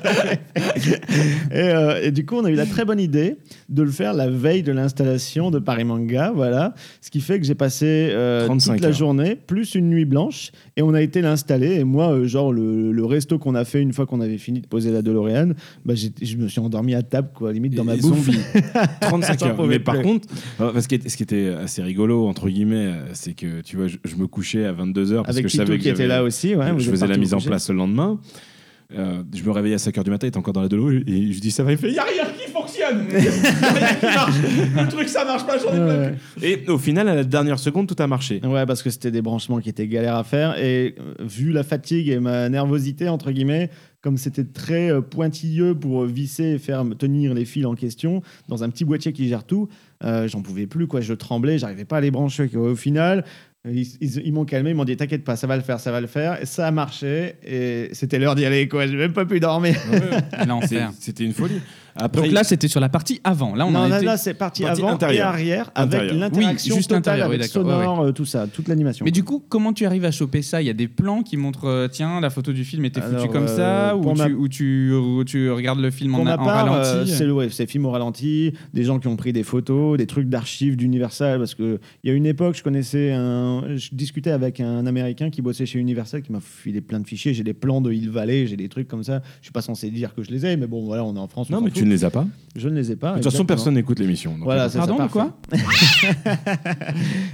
[SPEAKER 4] et, euh, et du coup, on a eu la très bonne idée de le faire la veille de l'installation de Paris Manga, voilà. Ce qui fait que j'ai passé euh,
[SPEAKER 3] 35
[SPEAKER 4] toute la
[SPEAKER 3] heures.
[SPEAKER 4] journée, plus une nuit blanche, et on a été l'installer. Et moi, euh, genre, le, le resto qu'on a fait une fois qu'on avait fini de poser la DeLorean, bah, j'ai- je me suis endormi à table, quoi, limite dans ma bouffe.
[SPEAKER 3] zombie. 35
[SPEAKER 4] Attends,
[SPEAKER 3] heures.
[SPEAKER 4] faut
[SPEAKER 3] Mais
[SPEAKER 4] mettre
[SPEAKER 3] par
[SPEAKER 4] le-
[SPEAKER 3] contre, euh, parce que- ce qui était assez rigolo, entre guillemets, euh, c'est que tu vois, je, je me couchais à 22 heures parce
[SPEAKER 4] Avec
[SPEAKER 3] que je savais
[SPEAKER 4] Tito
[SPEAKER 3] que
[SPEAKER 4] qui était
[SPEAKER 3] j'avais-
[SPEAKER 4] là aussi. ouais, vous
[SPEAKER 3] je
[SPEAKER 4] êtes
[SPEAKER 3] faisais la
[SPEAKER 4] partis
[SPEAKER 3] mise en
[SPEAKER 4] bouger.
[SPEAKER 3] place le lendemain. Euh, je me réveillais à 5h du matin, il était encore dans la dolo, et je dis ça va, il fait, il n'y a rien qui fonctionne Y a rien qui marche. Le truc, ça marche pas, Ah, j'en ai plein.
[SPEAKER 4] Ouais.
[SPEAKER 3] Et au final, à la dernière seconde, tout a marché.
[SPEAKER 4] Ouais, parce que c'était des branchements qui étaient galères à faire. Et euh, vu la fatigue et ma nervosité, entre guillemets, comme c'était très euh, pointilleux pour visser et faire tenir les fils en question, dans un petit boîtier qui gère tout, euh, j'en pouvais plus, quoi. Je tremblais, j'arrivais pas à les brancher. quoi. Au final, ils, ils- ils m'ont calmé, ils m'ont dit T'inquiète pas, ça va le faire, ça va le faire. Et ça a marché. Et c'était l'heure d'y aller, quoi. J'ai même pas pu dormir.
[SPEAKER 3] C'est-
[SPEAKER 2] L'enfer.
[SPEAKER 3] C'était une folie. Après,
[SPEAKER 2] Donc là, c'était sur la partie avant. Là, on
[SPEAKER 4] non,
[SPEAKER 2] en
[SPEAKER 4] là,
[SPEAKER 2] était-
[SPEAKER 4] là, c'est parti
[SPEAKER 3] Partie
[SPEAKER 4] avant
[SPEAKER 3] intérieure.
[SPEAKER 4] et arrière,
[SPEAKER 3] Intérieure.
[SPEAKER 4] avec l'interaction
[SPEAKER 2] Oui, juste
[SPEAKER 4] totale
[SPEAKER 2] intérieure, oui,
[SPEAKER 4] avec
[SPEAKER 2] d'accord, ouais,
[SPEAKER 4] sonore, euh, tout ça, toute l'animation.
[SPEAKER 2] Mais du coup, comment tu arrives à choper ça Il y a des plans qui montrent, euh, tiens, la photo du film était foutue
[SPEAKER 4] Alors,
[SPEAKER 2] comme
[SPEAKER 4] euh,
[SPEAKER 2] ça, ou
[SPEAKER 4] pour
[SPEAKER 2] tu,
[SPEAKER 4] ma-
[SPEAKER 2] ou tu, ou tu regardes le film en,
[SPEAKER 4] Pour ma
[SPEAKER 2] en
[SPEAKER 4] part,
[SPEAKER 2] ralenti.
[SPEAKER 4] euh, c'est le ouais, c'est film au ralenti, des gens qui ont pris des photos, des trucs d'archives d'Universal, parce que il y a une époque, je connaissais un, je discutais avec un Américain qui bossait chez Universal, qui m'a filé plein de fichiers, j'ai des plans de Hill Valley, j'ai des trucs comme ça. Je suis pas censé dire que je les ai, mais bon, voilà, on est en France. on
[SPEAKER 3] non,
[SPEAKER 4] s'en
[SPEAKER 3] mais
[SPEAKER 4] fout.
[SPEAKER 3] tu ne les as pas. De
[SPEAKER 4] je ne les ai pas.
[SPEAKER 3] toute façon,
[SPEAKER 4] Ah, exactement.
[SPEAKER 3] personne n'écoute l'émission. donc- euh,
[SPEAKER 4] Voilà, c'est ça,
[SPEAKER 2] Pardon, de
[SPEAKER 4] parfait.
[SPEAKER 2] quoi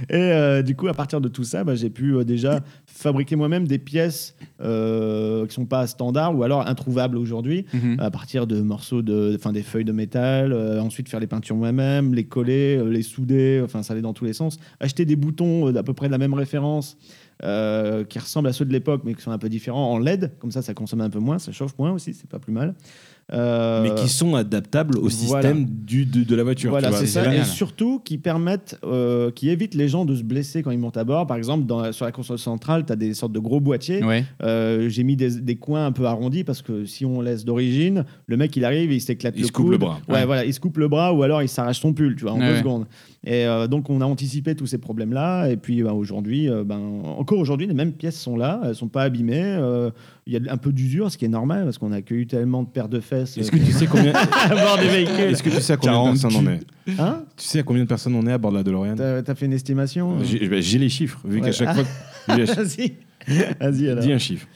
[SPEAKER 4] Et euh, du coup, à partir de tout ça, bah, j'ai pu euh, déjà fabriquer moi-même des pièces euh, qui sont pas standards ou alors introuvables aujourd'hui
[SPEAKER 2] Mhm.
[SPEAKER 4] à partir de morceaux de enfin des feuilles de métal euh, ensuite faire les peintures moi-même les coller euh, les souder enfin ça allait dans tous les sens acheter des boutons euh, d'à peu près de la même référence euh, qui ressemblent à ceux de l'époque mais qui sont un peu différents en LED comme ça ça consomme un peu moins ça chauffe moins aussi c'est pas plus mal Euh,
[SPEAKER 3] Mais qui hein, sont adaptables au système
[SPEAKER 4] voilà.
[SPEAKER 3] du, de, de la voiture.
[SPEAKER 4] voilà,
[SPEAKER 3] tu vois.
[SPEAKER 4] c'est
[SPEAKER 2] c'est
[SPEAKER 4] ça. Et
[SPEAKER 2] génial.
[SPEAKER 4] surtout, qui permettent, euh, qui évitent les gens de se blesser quand ils montent à bord. Par exemple, dans- sur la console centrale, tu as des sortes de gros boîtiers.
[SPEAKER 2] Ouais.
[SPEAKER 4] Euh, J'ai mis des, des coins un peu arrondis parce que si on laisse d'origine, le mec il arrive et il s'éclate
[SPEAKER 3] Il
[SPEAKER 4] le
[SPEAKER 3] se coupe le
[SPEAKER 4] coude.
[SPEAKER 3] bras.
[SPEAKER 4] Ouais,
[SPEAKER 2] Ouais.
[SPEAKER 4] voilà, il se coupe le bras ou alors il s'arrache son pull, tu vois, en
[SPEAKER 2] Ouais,
[SPEAKER 4] deux
[SPEAKER 2] ouais.
[SPEAKER 4] secondes. Et euh, donc on a anticipé tous ces problèmes-là. Et puis ben, aujourd'hui, euh, ben, encore aujourd'hui, les mêmes pièces sont là, elles sont pas abîmées. euh, Il y a un peu d'usure, ce qui est normal parce qu'on a accueilli tellement de paires de fesses.
[SPEAKER 3] Est-ce que tu sais combien,
[SPEAKER 4] à bord des véhicules
[SPEAKER 3] est-ce que tu sais à combien de
[SPEAKER 2] 40
[SPEAKER 3] personnes on est
[SPEAKER 4] Hein
[SPEAKER 3] Tu sais à combien de personnes on est à bord de la DeLorean
[SPEAKER 4] T'as t'as fait une estimation euh
[SPEAKER 3] J'ai bah, j'ai les chiffres, vu qu'à
[SPEAKER 4] Ouais.
[SPEAKER 3] chaque fois. que- j'ai-
[SPEAKER 4] Vas-y. Vas-y alors.
[SPEAKER 3] Dis un chiffre.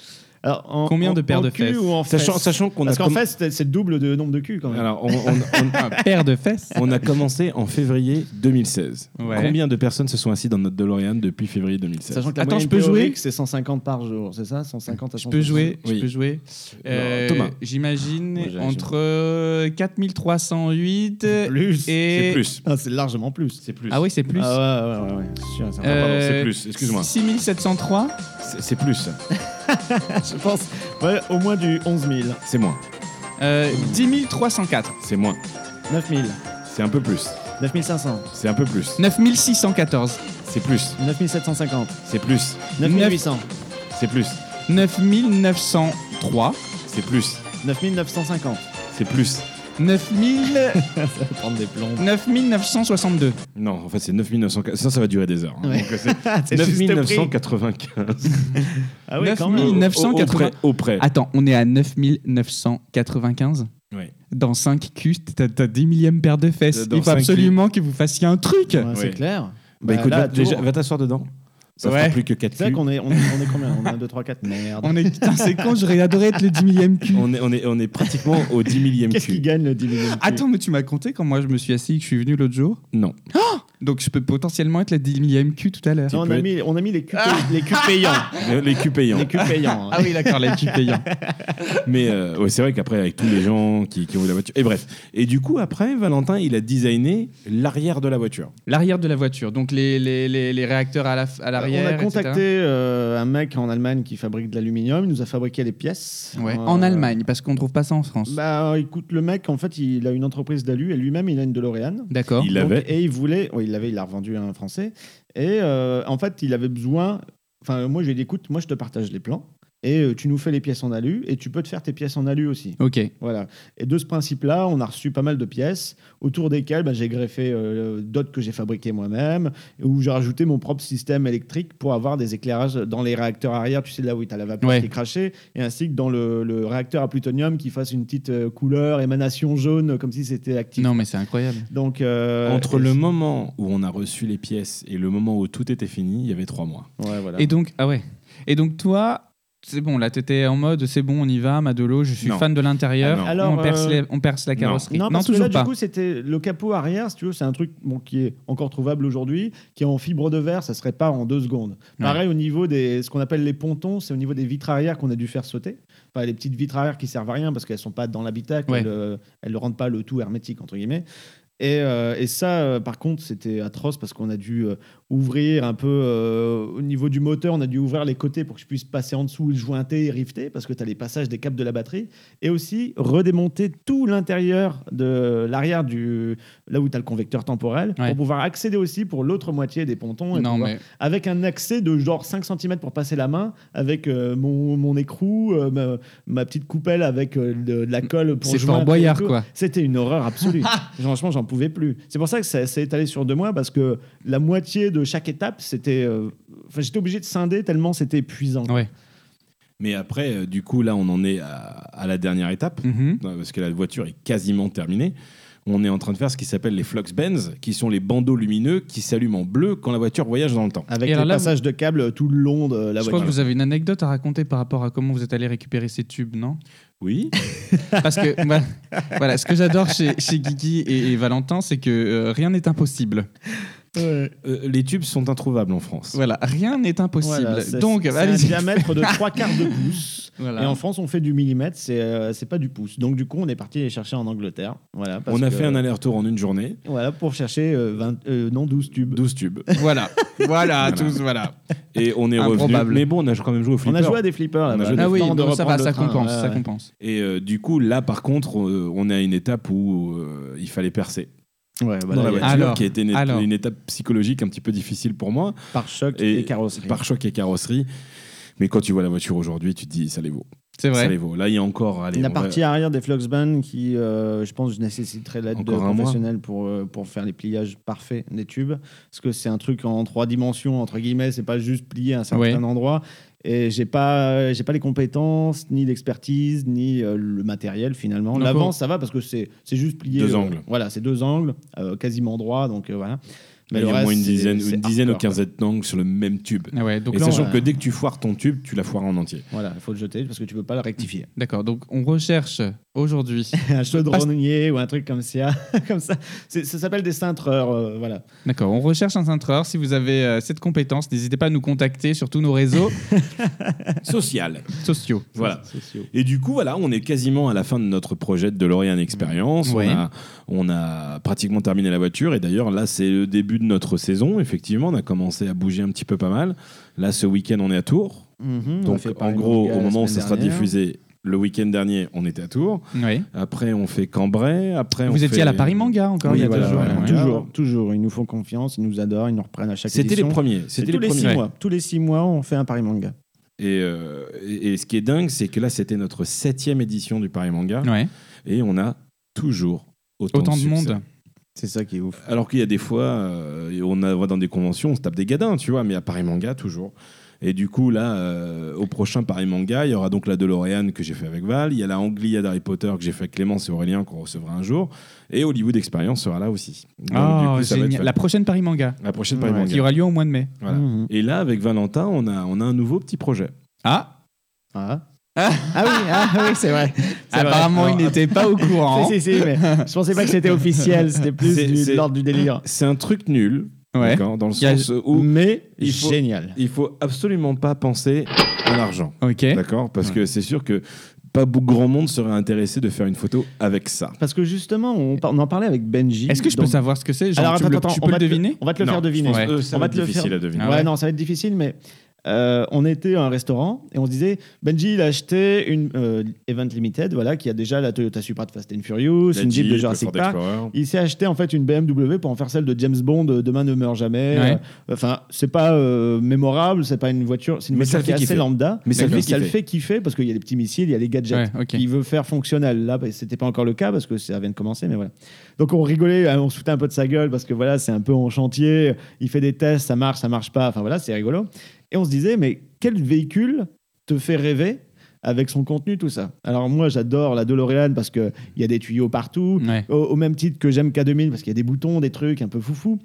[SPEAKER 4] Alors, en-
[SPEAKER 2] Combien
[SPEAKER 4] en-
[SPEAKER 2] de paires
[SPEAKER 4] en
[SPEAKER 2] de
[SPEAKER 4] cul
[SPEAKER 2] fesses
[SPEAKER 4] ou en
[SPEAKER 3] Sachant,
[SPEAKER 4] fesses
[SPEAKER 3] sachant qu'on a.
[SPEAKER 4] Parce qu'en
[SPEAKER 3] comm-
[SPEAKER 4] fait, c'est c'est le double de nombre de culs quand même.
[SPEAKER 3] Alors, on- on- on-
[SPEAKER 4] Ah,
[SPEAKER 2] Un paire de fesses.
[SPEAKER 3] On a commencé en février 2016.
[SPEAKER 2] Ouais.
[SPEAKER 3] Combien de personnes se sont assises dans notre DeLorean depuis février 2016
[SPEAKER 4] Sachant que la
[SPEAKER 2] Attends,
[SPEAKER 4] moyenne
[SPEAKER 2] je peux jouer
[SPEAKER 4] théorique, c'est 150 par jour, c'est ça 150 à 150.
[SPEAKER 2] Je peux jouer,
[SPEAKER 3] Oui.
[SPEAKER 2] je peux jouer. Euh,
[SPEAKER 3] Thomas.
[SPEAKER 4] Moi,
[SPEAKER 2] J'imagine
[SPEAKER 4] j'imagine.
[SPEAKER 2] entre euh, 4308
[SPEAKER 4] Plus.
[SPEAKER 2] et...
[SPEAKER 3] C'est plus.
[SPEAKER 4] Ah, c'est largement plus. C'est plus.
[SPEAKER 2] Ah oui, c'est plus.
[SPEAKER 4] Ah ouais, ouais, ouais, ouais. c'est sûr, ça va.
[SPEAKER 3] Ah, pardon,
[SPEAKER 2] Euh,
[SPEAKER 3] c'est plus, excuse-moi.
[SPEAKER 2] 6703
[SPEAKER 3] C'est c'est plus.
[SPEAKER 4] Je pense. Ouais, au moins du 11 000.
[SPEAKER 3] C'est moins.
[SPEAKER 2] euh, 10 304
[SPEAKER 3] C'est moins.
[SPEAKER 4] 9 000.
[SPEAKER 3] C'est un peu plus.
[SPEAKER 4] 9 500.
[SPEAKER 3] C'est un peu plus.
[SPEAKER 2] 9614
[SPEAKER 3] C'est plus.
[SPEAKER 4] 9 750.
[SPEAKER 3] C'est plus.
[SPEAKER 4] 9 800.
[SPEAKER 3] C'est plus.
[SPEAKER 2] 9903
[SPEAKER 3] C'est plus.
[SPEAKER 4] 9 950.
[SPEAKER 3] C'est plus.
[SPEAKER 2] 9000
[SPEAKER 4] Ça va prendre des plombs.
[SPEAKER 2] 9962
[SPEAKER 3] Non, en fait, c'est 9900. Ça, ça va durer des heures. hein.
[SPEAKER 4] Ouais.
[SPEAKER 3] Donc, c'est
[SPEAKER 4] C'est juste le prix.
[SPEAKER 3] 9995.
[SPEAKER 4] Ah oui, quand
[SPEAKER 2] 9
[SPEAKER 4] même.
[SPEAKER 2] 000. 980.
[SPEAKER 3] Au, au près. au près.
[SPEAKER 2] Attends, on est à 9995
[SPEAKER 4] Ah.
[SPEAKER 3] Ouais.
[SPEAKER 4] Bah,
[SPEAKER 2] Dans 5 Q, t'as t'as 10 millième paire de fesses.
[SPEAKER 3] Dans
[SPEAKER 2] Il faut
[SPEAKER 3] 5
[SPEAKER 2] absolument que vous fassiez un truc.
[SPEAKER 4] Ouais, C'est
[SPEAKER 3] Oui.
[SPEAKER 4] clair.
[SPEAKER 3] Bah, écoute,
[SPEAKER 4] là,
[SPEAKER 3] va,
[SPEAKER 4] tour.
[SPEAKER 3] déjà, va t'asseoir dedans. Ça
[SPEAKER 2] Ouais.
[SPEAKER 3] fera plus que 4
[SPEAKER 4] C'est vrai qu'on est, on est, on est combien On est 1, 2, 3, 4. Merde.
[SPEAKER 2] On est putain, c'est con, j'aurais adoré être le 10 millième cul.
[SPEAKER 3] On est, on est, on est pratiquement au 10 millième
[SPEAKER 4] Qu'est-ce
[SPEAKER 3] cul.
[SPEAKER 4] qui gagne le dividende
[SPEAKER 2] Attends, mais tu m'as compté quand moi je me suis assis et que je suis venu l'autre jour
[SPEAKER 3] Non.
[SPEAKER 2] Donc je peux potentiellement être la 10 millième cul tout à l'heure.
[SPEAKER 4] Non, on, a
[SPEAKER 3] peut-
[SPEAKER 4] mis, on a mis les culs, les culs payants.
[SPEAKER 3] Les- Les culs payants.
[SPEAKER 4] Les culs payants. hein.
[SPEAKER 2] Ah oui, d'accord, la cul payant.
[SPEAKER 3] Mais euh, ouais, c'est vrai qu'après, avec tous les gens qui, qui ont eu la voiture. Et bref. Et du coup, après, Valentin, il a designé l'arrière de la voiture.
[SPEAKER 2] L'arrière de la voiture, donc les, les, les, les réacteurs à la- à l'arrière.
[SPEAKER 4] Euh, on a
[SPEAKER 2] etc.
[SPEAKER 4] contacté euh, un mec en Allemagne qui fabrique de l'aluminium. Il nous a fabriqué les pièces.
[SPEAKER 2] Ouais,
[SPEAKER 4] Euh,
[SPEAKER 2] En Allemagne, parce qu'on trouve pas ça en France.
[SPEAKER 4] Bah écoute, le mec, en fait, il a une entreprise d'alu et lui-même, il a une DeLorean.
[SPEAKER 2] D'accord.
[SPEAKER 3] Il
[SPEAKER 4] Donc,
[SPEAKER 3] l'avait.
[SPEAKER 4] Et il voulait. Oui, il l'avait, il l'a revendu à un Français. Et euh, en fait, il avait besoin. Enfin, moi, je lui ai dit écoute, moi, je te partage les plans. et euh, tu nous fais les pièces en alu et tu peux te faire tes pièces en alu aussi.
[SPEAKER 2] Ok.
[SPEAKER 4] Voilà. Et de ce principe-là, on a reçu pas mal de pièces, autour desquelles bah, j'ai greffé euh, d'autres que j'ai fabriquées moi-même, où j'ai rajouté mon propre système électrique pour avoir des éclairages dans les réacteurs arrière, tu sais, là où tu as la vapeur
[SPEAKER 2] Ouais.
[SPEAKER 4] qui est crachée, et ainsi que dans le, le réacteur à plutonium qui fasse une petite euh, couleur, émanation jaune, comme si c'était actif.
[SPEAKER 2] Non, mais c'est incroyable.
[SPEAKER 4] Donc, euh,
[SPEAKER 3] Entre
[SPEAKER 4] et-
[SPEAKER 3] le moment où on a reçu les pièces et le moment où tout était fini, il y avait trois mois.
[SPEAKER 4] Ouais, voilà.
[SPEAKER 2] Et donc, ah ouais. Et donc, toi, c'est bon, là, t'étais en mode, c'est bon, on y va, Madelo, je suis
[SPEAKER 3] Non.
[SPEAKER 2] fan de l'intérieur.
[SPEAKER 3] Ah non.
[SPEAKER 4] Alors,
[SPEAKER 2] on, perce
[SPEAKER 4] euh,
[SPEAKER 2] les- on perce la
[SPEAKER 3] non.
[SPEAKER 2] carrosserie.
[SPEAKER 4] Non, parce que
[SPEAKER 2] toujours
[SPEAKER 4] là,
[SPEAKER 2] pas.
[SPEAKER 4] du coup, c'était le capot arrière, si tu veux, c'est un truc bon, qui est encore trouvable aujourd'hui, qui est en fibre de verre, ça se répare en deux secondes. Pareil au niveau des ce qu'on appelle les pontons, c'est au niveau des vitres arrière qu'on a dû faire sauter. Enfin, les petites vitres arrière qui servent à rien parce qu'elles sont pas dans l'habitacle,
[SPEAKER 2] Ouais.
[SPEAKER 4] elles, euh, elles ne rendent pas le tout hermétique entre guillemets. Et, euh, et ça, euh, par contre, c'était atroce parce qu'on a dû euh, ouvrir un peu euh, au niveau du moteur, on a dû ouvrir les côtés pour que je puisse passer en dessous, le jointer et rifter parce que tu as les passages des câbles de la batterie et aussi redémonter tout l'intérieur de l'arrière du là où tu as le convecteur temporel
[SPEAKER 2] Ouais.
[SPEAKER 4] pour pouvoir accéder aussi pour l'autre moitié des pontons et
[SPEAKER 2] non,
[SPEAKER 4] pouvoir
[SPEAKER 2] mais
[SPEAKER 4] avec un accès de genre 5 cm pour passer la main, avec euh, mon, mon écrou, euh, ma, ma petite coupelle avec euh, de, de la colle pour
[SPEAKER 2] c'est
[SPEAKER 4] joindre
[SPEAKER 2] Fort
[SPEAKER 4] les
[SPEAKER 2] Boyard,
[SPEAKER 4] deux.
[SPEAKER 2] quoi.
[SPEAKER 4] C'était une horreur absolue. Franchement, j'en pouvais plus. C'est pour ça que ça s'est étalé sur deux mois, parce que la moitié de chaque étape, c'était. euh, Enfin, j'étais obligé de scinder tellement c'était épuisant.
[SPEAKER 2] Ouais.
[SPEAKER 3] Mais après, euh, du coup, là, on en est à, à la dernière étape,
[SPEAKER 2] Mhm.
[SPEAKER 3] euh, parce que la voiture est quasiment terminée. On est en train de faire ce qui s'appelle les flux bends, qui sont les bandeaux lumineux qui s'allument en bleu quand la voiture voyage dans le temps.
[SPEAKER 4] Avec
[SPEAKER 2] Et alors
[SPEAKER 4] les
[SPEAKER 2] là,
[SPEAKER 4] passages de câbles tout le long de la
[SPEAKER 2] Je pense
[SPEAKER 4] voiture.
[SPEAKER 2] que vous avez une anecdote à raconter par rapport à comment vous êtes allé récupérer ces tubes, non
[SPEAKER 3] Oui.
[SPEAKER 2] Parce que bah, voilà, ce que j'adore chez, chez Guigui et, et Valentin, c'est que euh, rien n'est impossible.
[SPEAKER 4] Ouais.
[SPEAKER 3] Euh, les tubes sont introuvables en France.
[SPEAKER 2] Voilà, rien n'est impossible.
[SPEAKER 4] Voilà, c'est-
[SPEAKER 2] Donc,
[SPEAKER 4] c'est un
[SPEAKER 2] allez-y.
[SPEAKER 4] diamètre de 3 quarts de pouce.
[SPEAKER 2] Voilà.
[SPEAKER 4] Et en France, on fait du millimètre, c'est euh, c'est pas du pouce. Donc du coup, on est parti les chercher en Angleterre. Voilà, parce
[SPEAKER 3] on a
[SPEAKER 4] que-
[SPEAKER 3] fait un aller-retour en une journée,
[SPEAKER 4] Voilà, pour chercher euh, 20, euh, non, 12 tubes.
[SPEAKER 3] 12 tubes,
[SPEAKER 2] Voilà, voilà, tous, voilà.
[SPEAKER 3] et on est revenu.
[SPEAKER 2] Improbable.
[SPEAKER 3] Mais bon, on a quand même joué au
[SPEAKER 4] On
[SPEAKER 3] flipper.
[SPEAKER 4] a joué à des flippers
[SPEAKER 3] On a
[SPEAKER 4] là-bas.
[SPEAKER 3] joué à des
[SPEAKER 2] Ah oui,
[SPEAKER 4] Temps de
[SPEAKER 2] bon, ça va,
[SPEAKER 4] reprendre le
[SPEAKER 2] ça
[SPEAKER 4] train,
[SPEAKER 2] compense,
[SPEAKER 4] ouais,
[SPEAKER 2] ça
[SPEAKER 4] ouais.
[SPEAKER 2] compense.
[SPEAKER 3] Et euh, du coup, là, par contre, euh, on est à une étape où euh, il fallait percer
[SPEAKER 4] Ouais,
[SPEAKER 3] dans
[SPEAKER 4] voilà, il
[SPEAKER 3] la
[SPEAKER 4] y a
[SPEAKER 3] voiture,
[SPEAKER 2] Alors,
[SPEAKER 3] qui a été une,
[SPEAKER 2] alors.
[SPEAKER 3] une étape psychologique un petit peu difficile pour moi,
[SPEAKER 4] par choc
[SPEAKER 3] Et-
[SPEAKER 4] et, carrosserie.
[SPEAKER 3] par choc et carrosserie. Mais quand tu vois la voiture aujourd'hui, tu te dis, ça les vaut.
[SPEAKER 2] C'est
[SPEAKER 3] Ça les
[SPEAKER 2] vrai.
[SPEAKER 3] vaut. Là, il y a encore. Allez,
[SPEAKER 4] la
[SPEAKER 3] on va-
[SPEAKER 4] partie arrière des Fluxband qui, euh, je pense, que je nécessiterai l'aide de
[SPEAKER 3] Encore un mois.
[SPEAKER 4] professionnels pour, euh, pour faire les pliages parfaits des tubes. Parce que c'est un truc en trois dimensions, entre guillemets, c'est pas juste plier à un certain
[SPEAKER 2] Ouais.
[SPEAKER 4] endroit. Et j'ai pas, j'ai pas les compétences, ni l'expertise, ni euh, le matériel finalement.
[SPEAKER 2] D'accord.
[SPEAKER 4] L'avant, ça va parce que c'est c'est juste plier.
[SPEAKER 3] Deux
[SPEAKER 4] euh,
[SPEAKER 3] angles.
[SPEAKER 4] Voilà, c'est deux angles, euh, quasiment droits, donc euh, voilà.
[SPEAKER 3] Mais il
[SPEAKER 4] le
[SPEAKER 3] y a au moins
[SPEAKER 4] reste,
[SPEAKER 3] une
[SPEAKER 4] c'est-
[SPEAKER 3] dizaine,
[SPEAKER 4] c'est
[SPEAKER 3] une dizaine ou
[SPEAKER 4] hardcore, quoi.
[SPEAKER 3] quinzaine d'angles sur le même tube.
[SPEAKER 2] Ah ouais, donc
[SPEAKER 3] et
[SPEAKER 2] là, on-
[SPEAKER 3] sachant
[SPEAKER 4] on-
[SPEAKER 3] que dès que tu foires ton tube, tu la foires en entier.
[SPEAKER 4] Voilà, il faut le jeter parce que tu peux pas le rectifier.
[SPEAKER 2] D'accord, donc on recherche aujourd'hui.
[SPEAKER 4] un chaudronnier ou un truc comme ça. comme ça. C'est- Ça s'appelle des cintreurs. euh, voilà.
[SPEAKER 2] D'accord, on recherche un cintreur. Si vous avez euh, cette compétence, n'hésitez pas à nous contacter sur tous nos réseaux
[SPEAKER 3] Social.
[SPEAKER 2] sociaux.
[SPEAKER 3] Voilà.
[SPEAKER 4] Sociaux.
[SPEAKER 3] Et du coup, voilà, on est quasiment à la fin de notre projet de DeLorean Experience.
[SPEAKER 2] Ouais.
[SPEAKER 3] On, a, on a pratiquement terminé la voiture. Et d'ailleurs, là, c'est le début de notre saison. Effectivement, on a commencé à bouger un petit peu pas mal. Là, ce week-end, on est à Tours.
[SPEAKER 4] Mhm, on a
[SPEAKER 3] Donc,
[SPEAKER 4] fait
[SPEAKER 3] en
[SPEAKER 4] pareil
[SPEAKER 3] gros,
[SPEAKER 4] Portugal
[SPEAKER 3] au
[SPEAKER 4] la
[SPEAKER 3] moment où
[SPEAKER 4] semaine
[SPEAKER 3] ça sera
[SPEAKER 4] dernière.
[SPEAKER 3] diffusé, le week-end dernier, on était à Tours.
[SPEAKER 2] Oui.
[SPEAKER 3] Après, on fait Cambrai. Après, on
[SPEAKER 2] Vous étiez
[SPEAKER 3] fait-
[SPEAKER 2] à la Paris Manga encore
[SPEAKER 3] Oui,
[SPEAKER 2] il y a
[SPEAKER 3] voilà,
[SPEAKER 2] deux jours.
[SPEAKER 3] voilà,
[SPEAKER 2] Ouais.
[SPEAKER 4] Toujours, toujours. Ils nous font confiance, ils nous adorent, ils nous reprennent à chaque
[SPEAKER 3] C'était les
[SPEAKER 4] édition.
[SPEAKER 3] premiers.
[SPEAKER 4] C'est
[SPEAKER 3] C'était
[SPEAKER 4] tous
[SPEAKER 3] les
[SPEAKER 4] les,
[SPEAKER 3] premiers.
[SPEAKER 4] six mois. Tous les six mois, on fait un pari manga.
[SPEAKER 3] Et, euh, et, et ce qui est dingue, c'est que là, c'était notre septième édition du Paris Manga.
[SPEAKER 2] Ouais.
[SPEAKER 3] Et on a toujours autant,
[SPEAKER 2] Autant de
[SPEAKER 3] succès.
[SPEAKER 2] monde.
[SPEAKER 4] C'est ça qui est ouf.
[SPEAKER 3] Alors qu'il y a des fois, euh, et on a, on va dans des conventions, on se tape des gadins, tu vois, mais à Paris Manga, toujours. Et du coup, là, euh, au prochain Paris Manga, il y aura donc la DeLorean que j'ai fait avec Val, il y a la Anglia d'Harry Potter que j'ai fait avec Clémence et Aurélien qu'on recevra un jour, et Hollywood Experience sera là aussi. Donc,
[SPEAKER 4] Ah,
[SPEAKER 2] Oh,
[SPEAKER 3] ça va
[SPEAKER 2] génial.
[SPEAKER 3] être fun.
[SPEAKER 2] La prochaine Paris Manga
[SPEAKER 3] La prochaine Paris
[SPEAKER 4] Ouais.
[SPEAKER 3] Manga.
[SPEAKER 2] qui aura lieu au mois de mai.
[SPEAKER 3] Voilà.
[SPEAKER 4] Mhm.
[SPEAKER 3] Et là, avec Valentin, on a, on a un nouveau petit projet.
[SPEAKER 2] Ah,
[SPEAKER 4] Ah.
[SPEAKER 2] Ah.
[SPEAKER 4] Ah oui, ah oui, c'est vrai. C'est
[SPEAKER 2] apparemment
[SPEAKER 4] vrai.
[SPEAKER 2] il n'était pas au courant.
[SPEAKER 4] Alors, si, si, si, mais je pensais pas que c'était officiel, c'était plus
[SPEAKER 3] C'est-
[SPEAKER 4] du-
[SPEAKER 3] c'est-
[SPEAKER 4] de l'ordre du délire.
[SPEAKER 3] C'est un truc nul,
[SPEAKER 2] Ouais.
[SPEAKER 3] d'accord, dans le
[SPEAKER 2] Il y a-
[SPEAKER 3] sens où
[SPEAKER 4] Mais
[SPEAKER 3] il faut-
[SPEAKER 4] génial.
[SPEAKER 3] il faut absolument pas penser à l'argent.
[SPEAKER 2] Ok.
[SPEAKER 3] D'accord Parce
[SPEAKER 2] Ouais.
[SPEAKER 3] que c'est sûr que pas beaucoup grand monde serait intéressé de faire une photo avec ça.
[SPEAKER 4] Parce que justement, on, par- on en parlait avec Benji.
[SPEAKER 2] Est-ce que je peux
[SPEAKER 4] dans-
[SPEAKER 2] savoir ce que c'est Genre,
[SPEAKER 4] Alors
[SPEAKER 2] tu, me
[SPEAKER 4] attends,
[SPEAKER 2] le-
[SPEAKER 4] attends,
[SPEAKER 2] tu
[SPEAKER 4] on
[SPEAKER 2] peux
[SPEAKER 4] va
[SPEAKER 2] le
[SPEAKER 4] te-
[SPEAKER 2] deviner
[SPEAKER 4] On va te le
[SPEAKER 3] Non,
[SPEAKER 4] faire deviner.
[SPEAKER 3] je pense que
[SPEAKER 4] On
[SPEAKER 3] ça
[SPEAKER 4] va
[SPEAKER 3] va être
[SPEAKER 4] te le
[SPEAKER 3] difficile
[SPEAKER 4] faire-
[SPEAKER 3] à deviner.
[SPEAKER 2] Ah
[SPEAKER 4] ouais,
[SPEAKER 2] ouais.
[SPEAKER 4] non, ça va être difficile, mais euh, on était à un restaurant et on se disait Benji, il a acheté une euh, Event Limited, voilà, qui a déjà la Toyota Supra de Fast and Furious,
[SPEAKER 3] La
[SPEAKER 4] une Jeep de
[SPEAKER 3] le
[SPEAKER 4] Jurassic
[SPEAKER 3] Ford
[SPEAKER 4] Park.
[SPEAKER 3] Explorer.
[SPEAKER 4] Il s'est acheté en fait une BMW pour en faire celle de James Bond, euh, Demain ne meurt jamais.
[SPEAKER 2] Ouais.
[SPEAKER 4] Euh, Enfin, c'est pas euh, mémorable, c'est pas une voiture, c'est une
[SPEAKER 3] Mais ça
[SPEAKER 4] voiture
[SPEAKER 3] le
[SPEAKER 4] qui est
[SPEAKER 3] fait
[SPEAKER 4] assez
[SPEAKER 3] kiffer.
[SPEAKER 4] lambda.
[SPEAKER 3] Mais ça le fait
[SPEAKER 4] le
[SPEAKER 3] kiffer.
[SPEAKER 4] fait kiffer parce qu'il y a les petits missiles, il y a les gadgets.
[SPEAKER 2] Ouais, ok.
[SPEAKER 4] Il veut faire fonctionnel. Là, bah, c'était pas encore le cas parce que ça vient de commencer, mais voilà. Donc on rigolait, euh, on se foutait un peu de sa gueule parce que voilà, c'est un peu en chantier. Il fait des tests, ça marche, ça marche pas. Enfin voilà, c'est rigolo. Et on se disait, mais quel véhicule te fait rêver avec son contenu, tout ça. Alors moi, j'adore la DeLorean parce qu'il y a des tuyaux partout
[SPEAKER 2] Ouais.
[SPEAKER 4] au, au même titre que j'aime K2000 parce qu'il y a des boutons, des trucs un peu foufou.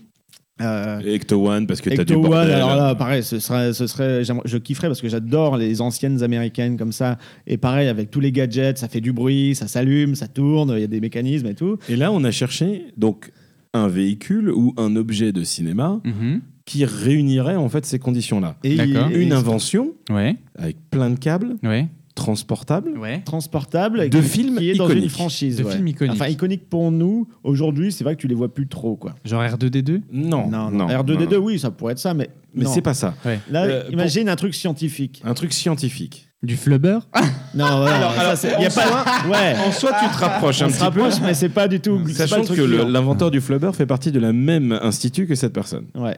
[SPEAKER 4] Euh,
[SPEAKER 3] Et Ecto One parce que t'as
[SPEAKER 4] Ecto
[SPEAKER 3] du
[SPEAKER 4] One,
[SPEAKER 3] bordel.
[SPEAKER 4] alors là, pareil, ce serait, ce serait, j'aimerais- je kifferais parce que j'adore les anciennes américaines comme ça. Et pareil, avec tous les gadgets, ça fait du bruit, ça s'allume, ça tourne, il y a des mécanismes et tout.
[SPEAKER 3] Et là, on a cherché donc un véhicule ou un objet de cinéma
[SPEAKER 2] Mhm.
[SPEAKER 3] qui réunirait en fait ces conditions-là.
[SPEAKER 4] Et
[SPEAKER 2] D'accord.
[SPEAKER 4] il-
[SPEAKER 3] Une
[SPEAKER 4] il-
[SPEAKER 3] invention
[SPEAKER 2] Ouais.
[SPEAKER 3] avec plein de câbles,
[SPEAKER 2] Ouais.
[SPEAKER 3] transportable.
[SPEAKER 2] Ouais.
[SPEAKER 4] transportable et
[SPEAKER 3] De
[SPEAKER 4] qui-
[SPEAKER 3] films
[SPEAKER 4] qui est dans
[SPEAKER 3] iconiques.
[SPEAKER 4] une franchise.
[SPEAKER 2] De
[SPEAKER 4] ouais.
[SPEAKER 2] films iconiques.
[SPEAKER 4] Enfin, iconique pour nous. Aujourd'hui, c'est vrai que tu les vois plus trop, quoi.
[SPEAKER 2] Genre R2D2
[SPEAKER 3] Non, non, non.
[SPEAKER 4] R2D2,
[SPEAKER 3] non.
[SPEAKER 4] oui, ça pourrait être ça, mais,
[SPEAKER 3] Mais
[SPEAKER 4] non.
[SPEAKER 3] c'est pas ça.
[SPEAKER 4] Là,
[SPEAKER 3] Euh, pour-
[SPEAKER 4] imagine un truc scientifique.
[SPEAKER 3] Un truc scientifique.
[SPEAKER 2] Du flubber
[SPEAKER 4] Non, alors, il y a pas. Ouais.
[SPEAKER 3] En soi, tu te rapproches un
[SPEAKER 4] Ah, On se
[SPEAKER 3] petit peu.
[SPEAKER 4] rapproche, mais c'est pas du tout. c'est pas
[SPEAKER 3] Sachant
[SPEAKER 4] truc
[SPEAKER 3] que
[SPEAKER 4] client.
[SPEAKER 3] le- l'inventeur du flubber fait partie de la même institut que cette personne.
[SPEAKER 4] Ouais,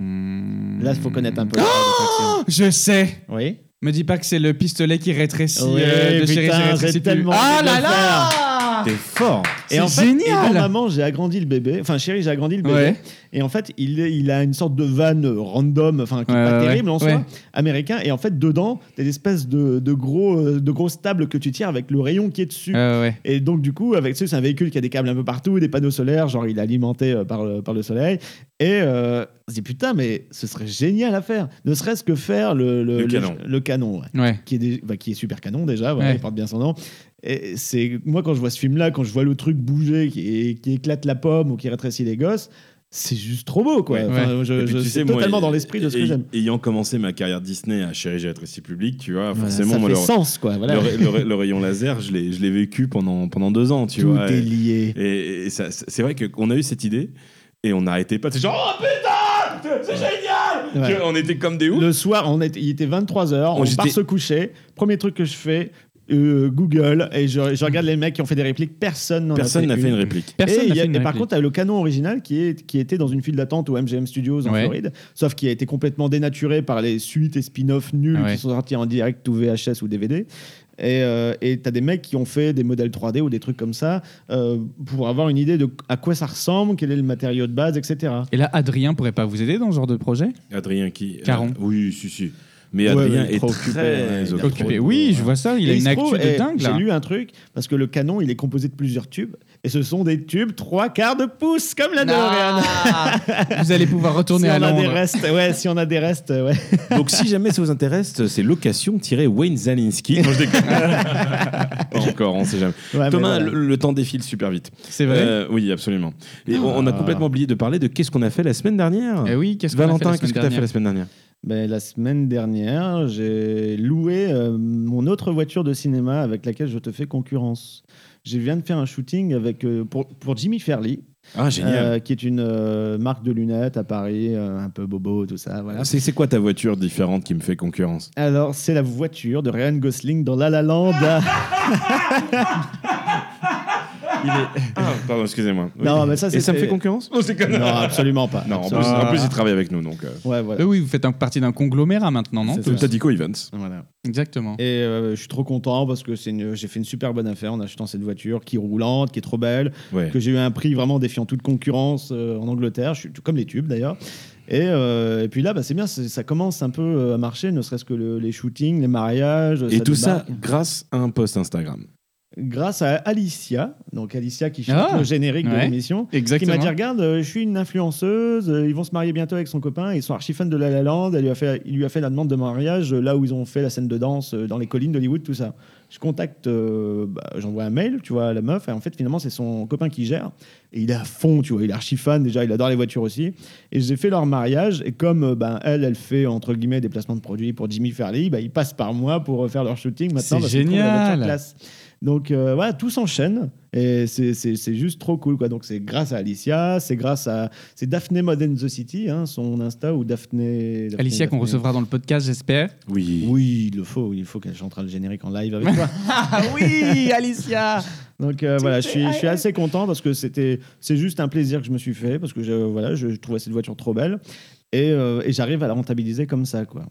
[SPEAKER 2] Là,
[SPEAKER 4] là, il faut connaître un
[SPEAKER 2] Hmm.
[SPEAKER 4] peu.
[SPEAKER 3] Ah
[SPEAKER 4] la réflexion.
[SPEAKER 2] Je sais
[SPEAKER 4] oui.
[SPEAKER 2] Me dis pas que c'est le pistolet qui rétrécit
[SPEAKER 4] Oui,
[SPEAKER 2] euh, de chez
[SPEAKER 4] putain,
[SPEAKER 2] Rétrécit
[SPEAKER 4] j'ai
[SPEAKER 2] plus.
[SPEAKER 4] tellement
[SPEAKER 2] Ah
[SPEAKER 4] envie de
[SPEAKER 2] là
[SPEAKER 4] le
[SPEAKER 2] là
[SPEAKER 4] Ah.
[SPEAKER 3] T'es fort.
[SPEAKER 2] C'est génial.
[SPEAKER 4] Dans maman, j'ai agrandi le bébé. Enfin, chérie, j'ai agrandi le bébé.
[SPEAKER 2] Ouais.
[SPEAKER 4] Et en fait, il, est- il a une sorte de van euh, random, enfin, qui est
[SPEAKER 2] Ouais,
[SPEAKER 4] pas
[SPEAKER 2] ouais,
[SPEAKER 4] terrible en
[SPEAKER 2] ouais.
[SPEAKER 4] soi, américain. Et en fait, dedans, t'as des espèces de, de gros, euh, de grosses tables que tu tires avec le rayon qui est dessus.
[SPEAKER 2] Euh, ouais.
[SPEAKER 4] Et donc, du coup, avec ça, c'est un véhicule qui a des câbles un peu partout, des panneaux solaires, genre il est alimenté euh, par le, par le soleil. Et euh, on se dit, putain, mais ce serait génial à faire. Ne serait-ce que faire le,
[SPEAKER 3] Le canon.
[SPEAKER 4] le canon, ouais.
[SPEAKER 2] Ouais.
[SPEAKER 4] qui est, des- bah, qui est super canon déjà, voilà,
[SPEAKER 2] Ouais.
[SPEAKER 4] il porte bien son nom. Et c'est moi quand je vois ce film-là, quand je vois le truc bouger, qui, qui éclate la pomme ou qui rétrécit les gosses, c'est juste trop beau, quoi.
[SPEAKER 3] Ouais.
[SPEAKER 4] Enfin, Je,
[SPEAKER 3] Et puis,
[SPEAKER 4] je
[SPEAKER 3] tu
[SPEAKER 4] suis
[SPEAKER 3] sais, moi,
[SPEAKER 4] totalement
[SPEAKER 3] et-
[SPEAKER 4] dans l'esprit de ce
[SPEAKER 3] et-
[SPEAKER 4] que j'aime.
[SPEAKER 3] Ayant commencé ma carrière Disney à Chérie, j'ai rétréci public, tu vois,
[SPEAKER 4] Voilà,
[SPEAKER 3] Ah, forcément, moi,
[SPEAKER 4] ça
[SPEAKER 3] le,
[SPEAKER 4] fait sens, quoi. Voilà.
[SPEAKER 3] le ra- le ra- le rayon laser, je l'ai je l'ai vécu pendant, pendant deux ans, tu
[SPEAKER 4] Tout
[SPEAKER 3] vois.
[SPEAKER 4] est
[SPEAKER 3] Et-
[SPEAKER 4] lié.
[SPEAKER 3] Et, et ça- c'est vrai que- qu'on a eu cette idée et on n'arrêtait pas. C'est genre, oh putain, c'est génial
[SPEAKER 4] Ouais.
[SPEAKER 3] Que- On était comme des ouf.
[SPEAKER 4] Le soir, on était- il était 23h,
[SPEAKER 3] Oh,
[SPEAKER 4] on
[SPEAKER 3] j'étais-
[SPEAKER 4] part se coucher. Premier truc que je fais, euh, Google, et je, je regarde les mecs qui ont fait des répliques. Personne n'en
[SPEAKER 3] Personne n'a fait une
[SPEAKER 4] une.
[SPEAKER 3] réplique.
[SPEAKER 2] Personne
[SPEAKER 4] et,
[SPEAKER 2] n'a
[SPEAKER 4] il y a-
[SPEAKER 2] fait une
[SPEAKER 4] et par
[SPEAKER 2] réplique.
[SPEAKER 4] contre, t'as le canon original qui, est, qui était dans une file d'attente au MGM Studios en
[SPEAKER 2] Ouais.
[SPEAKER 4] Floride, sauf qui a été complètement dénaturé par les suites et spin-off nuls
[SPEAKER 2] Ah Ouais.
[SPEAKER 4] qui sont sortis en direct ou VHS ou DVD. Et euh, et t'as des mecs qui ont fait des modèles 3D ou des trucs comme ça euh, pour avoir une idée de à quoi ça ressemble, quel est le matériau de base, etc.
[SPEAKER 2] Et là, Adrien pourrait pas vous aider dans ce genre de projet
[SPEAKER 3] Adrien qui
[SPEAKER 2] Caron.
[SPEAKER 3] Euh, oui, si, si. Mais
[SPEAKER 4] Ouais,
[SPEAKER 3] Adrien
[SPEAKER 4] ouais,
[SPEAKER 3] est
[SPEAKER 4] trop
[SPEAKER 3] très
[SPEAKER 4] occupé, ouais, il a Bah, trop hein.
[SPEAKER 3] occupé.
[SPEAKER 2] Occupé. Oui, je vois ça. Il
[SPEAKER 4] Et
[SPEAKER 2] a une
[SPEAKER 4] se
[SPEAKER 2] actu
[SPEAKER 4] trouve,
[SPEAKER 2] de
[SPEAKER 4] eh,
[SPEAKER 2] dingue là.
[SPEAKER 4] J'ai lu un truc, parce que le canon, il est composé de plusieurs tubes, et ce sont des tubes trois quarts de pouce, comme la DeLorean.
[SPEAKER 2] Ah vous allez pouvoir retourner
[SPEAKER 4] si
[SPEAKER 2] à
[SPEAKER 4] on a des
[SPEAKER 2] Londres.
[SPEAKER 4] restes, ouais, si on a des restes, ouais.
[SPEAKER 3] Donc si jamais ça vous intéresse, c'est location-Wayne Zalinski. Non, je déconne. Pas encore, on sait jamais.
[SPEAKER 4] Ouais, Ah, mais
[SPEAKER 3] Thomas,
[SPEAKER 4] voilà.
[SPEAKER 3] le, le temps défile super vite.
[SPEAKER 2] C'est vrai.
[SPEAKER 3] Euh, oui, absolument. Et on, on a
[SPEAKER 4] Ah.
[SPEAKER 3] complètement oublié de parler de qu'est-ce qu'on a fait la semaine dernière.
[SPEAKER 2] Eh oui, qu'est-ce qu'on a fait
[SPEAKER 3] Valentin,
[SPEAKER 2] la
[SPEAKER 3] qu'est-ce que tu
[SPEAKER 2] semaine
[SPEAKER 3] as fait
[SPEAKER 2] dernière
[SPEAKER 3] la semaine dernière
[SPEAKER 4] Ben, la semaine dernière, j'ai loué euh, mon autre voiture de cinéma avec laquelle je te fais concurrence. Je viens de faire un shooting avec, euh, pour, pour Jimmy Fairley,
[SPEAKER 3] Ah, génial.
[SPEAKER 4] euh, qui est une euh, marque de lunettes à Paris, euh, un peu bobo, tout ça. Voilà.
[SPEAKER 3] C'est c'est quoi ta voiture différente qui me fait concurrence
[SPEAKER 4] Alors, c'est la voiture de Ryan Gosling dans La La Land.
[SPEAKER 3] Ah, pardon, excusez-moi. Oui.
[SPEAKER 4] Non, mais ça,
[SPEAKER 3] Et ça me
[SPEAKER 4] c'était-
[SPEAKER 3] fait concurrence Non, c'est
[SPEAKER 4] non, absolument pas.
[SPEAKER 3] Non, en plus,
[SPEAKER 4] Absolument
[SPEAKER 3] en
[SPEAKER 4] pas.
[SPEAKER 3] plus, il travaille avec nous, donc. euh.
[SPEAKER 4] Ouais,
[SPEAKER 2] Euh,
[SPEAKER 4] voilà.
[SPEAKER 2] oui, vous faites un- partie d'un conglomérat maintenant, non
[SPEAKER 4] C'est
[SPEAKER 2] tous
[SPEAKER 4] ça.
[SPEAKER 3] Tadico Events.
[SPEAKER 4] Voilà.
[SPEAKER 2] Exactement.
[SPEAKER 4] Et euh, je suis trop content parce que c'est une- j'ai fait une super bonne affaire en achetant cette voiture qui est roulante, qui est trop belle,
[SPEAKER 3] Ouais.
[SPEAKER 4] que j'ai eu un prix vraiment défiant toute concurrence euh, en Angleterre, je suis tout comme les tubes d'ailleurs. Et, euh, et puis là, bah, c'est bien, c'est- ça commence un peu euh, à marcher, ne serait-ce que le- les shootings, les mariages.
[SPEAKER 3] Et tout ça
[SPEAKER 4] débarque.
[SPEAKER 3] grâce à un post Instagram.
[SPEAKER 4] Grâce à Alicia, donc Alicia qui chante
[SPEAKER 2] Ah,
[SPEAKER 4] le générique de
[SPEAKER 2] ouais.
[SPEAKER 4] l'émission. Qui
[SPEAKER 2] Exactement.
[SPEAKER 4] m'a dit regarde, euh, je suis une influenceuse, euh, ils vont se marier bientôt avec son copain, ils sont archi fans de La La Land, elle lui a fait, il lui a fait la demande de mariage euh, là où ils ont fait la scène de danse euh, dans les collines d'Hollywood, tout ça. Je contacte, euh, bah, j'envoie un mail, tu vois, à la meuf, et en fait finalement c'est son copain qui gère, et il est à fond, tu vois, il est archi fan déjà, il adore les voitures aussi, et j'ai fait leur mariage, et comme euh, ben, elle, elle fait entre guillemets des placements de produits pour Jimmy Fairley, bah, ils passent par moi pour euh, faire leur shooting maintenant.
[SPEAKER 2] C'est
[SPEAKER 4] parce qu'ils trouvent la voiture
[SPEAKER 2] génial.
[SPEAKER 4] classe. Donc euh, voilà, tout s'enchaîne. Et c'est- c'est c'est juste trop cool, quoi. Donc, c'est grâce à Alicia, c'est grâce à. C'est Daphne Mod and the City, hein, son Insta, ou Daphne. Daphne-
[SPEAKER 2] Alicia, qu'on
[SPEAKER 4] Daphne.
[SPEAKER 2] recevra dans le podcast, j'espère.
[SPEAKER 3] Oui.
[SPEAKER 4] Oui, il le faut, il faut qu'elle chantera le générique en live avec toi.
[SPEAKER 2] Ah oui, Alicia
[SPEAKER 4] Donc euh, voilà, je suis, je suis assez content parce que c'était, c'est juste un plaisir que je me suis fait parce que je, voilà, je, je trouvais cette voiture trop belle et, euh, et j'arrive à la rentabiliser comme ça quoi.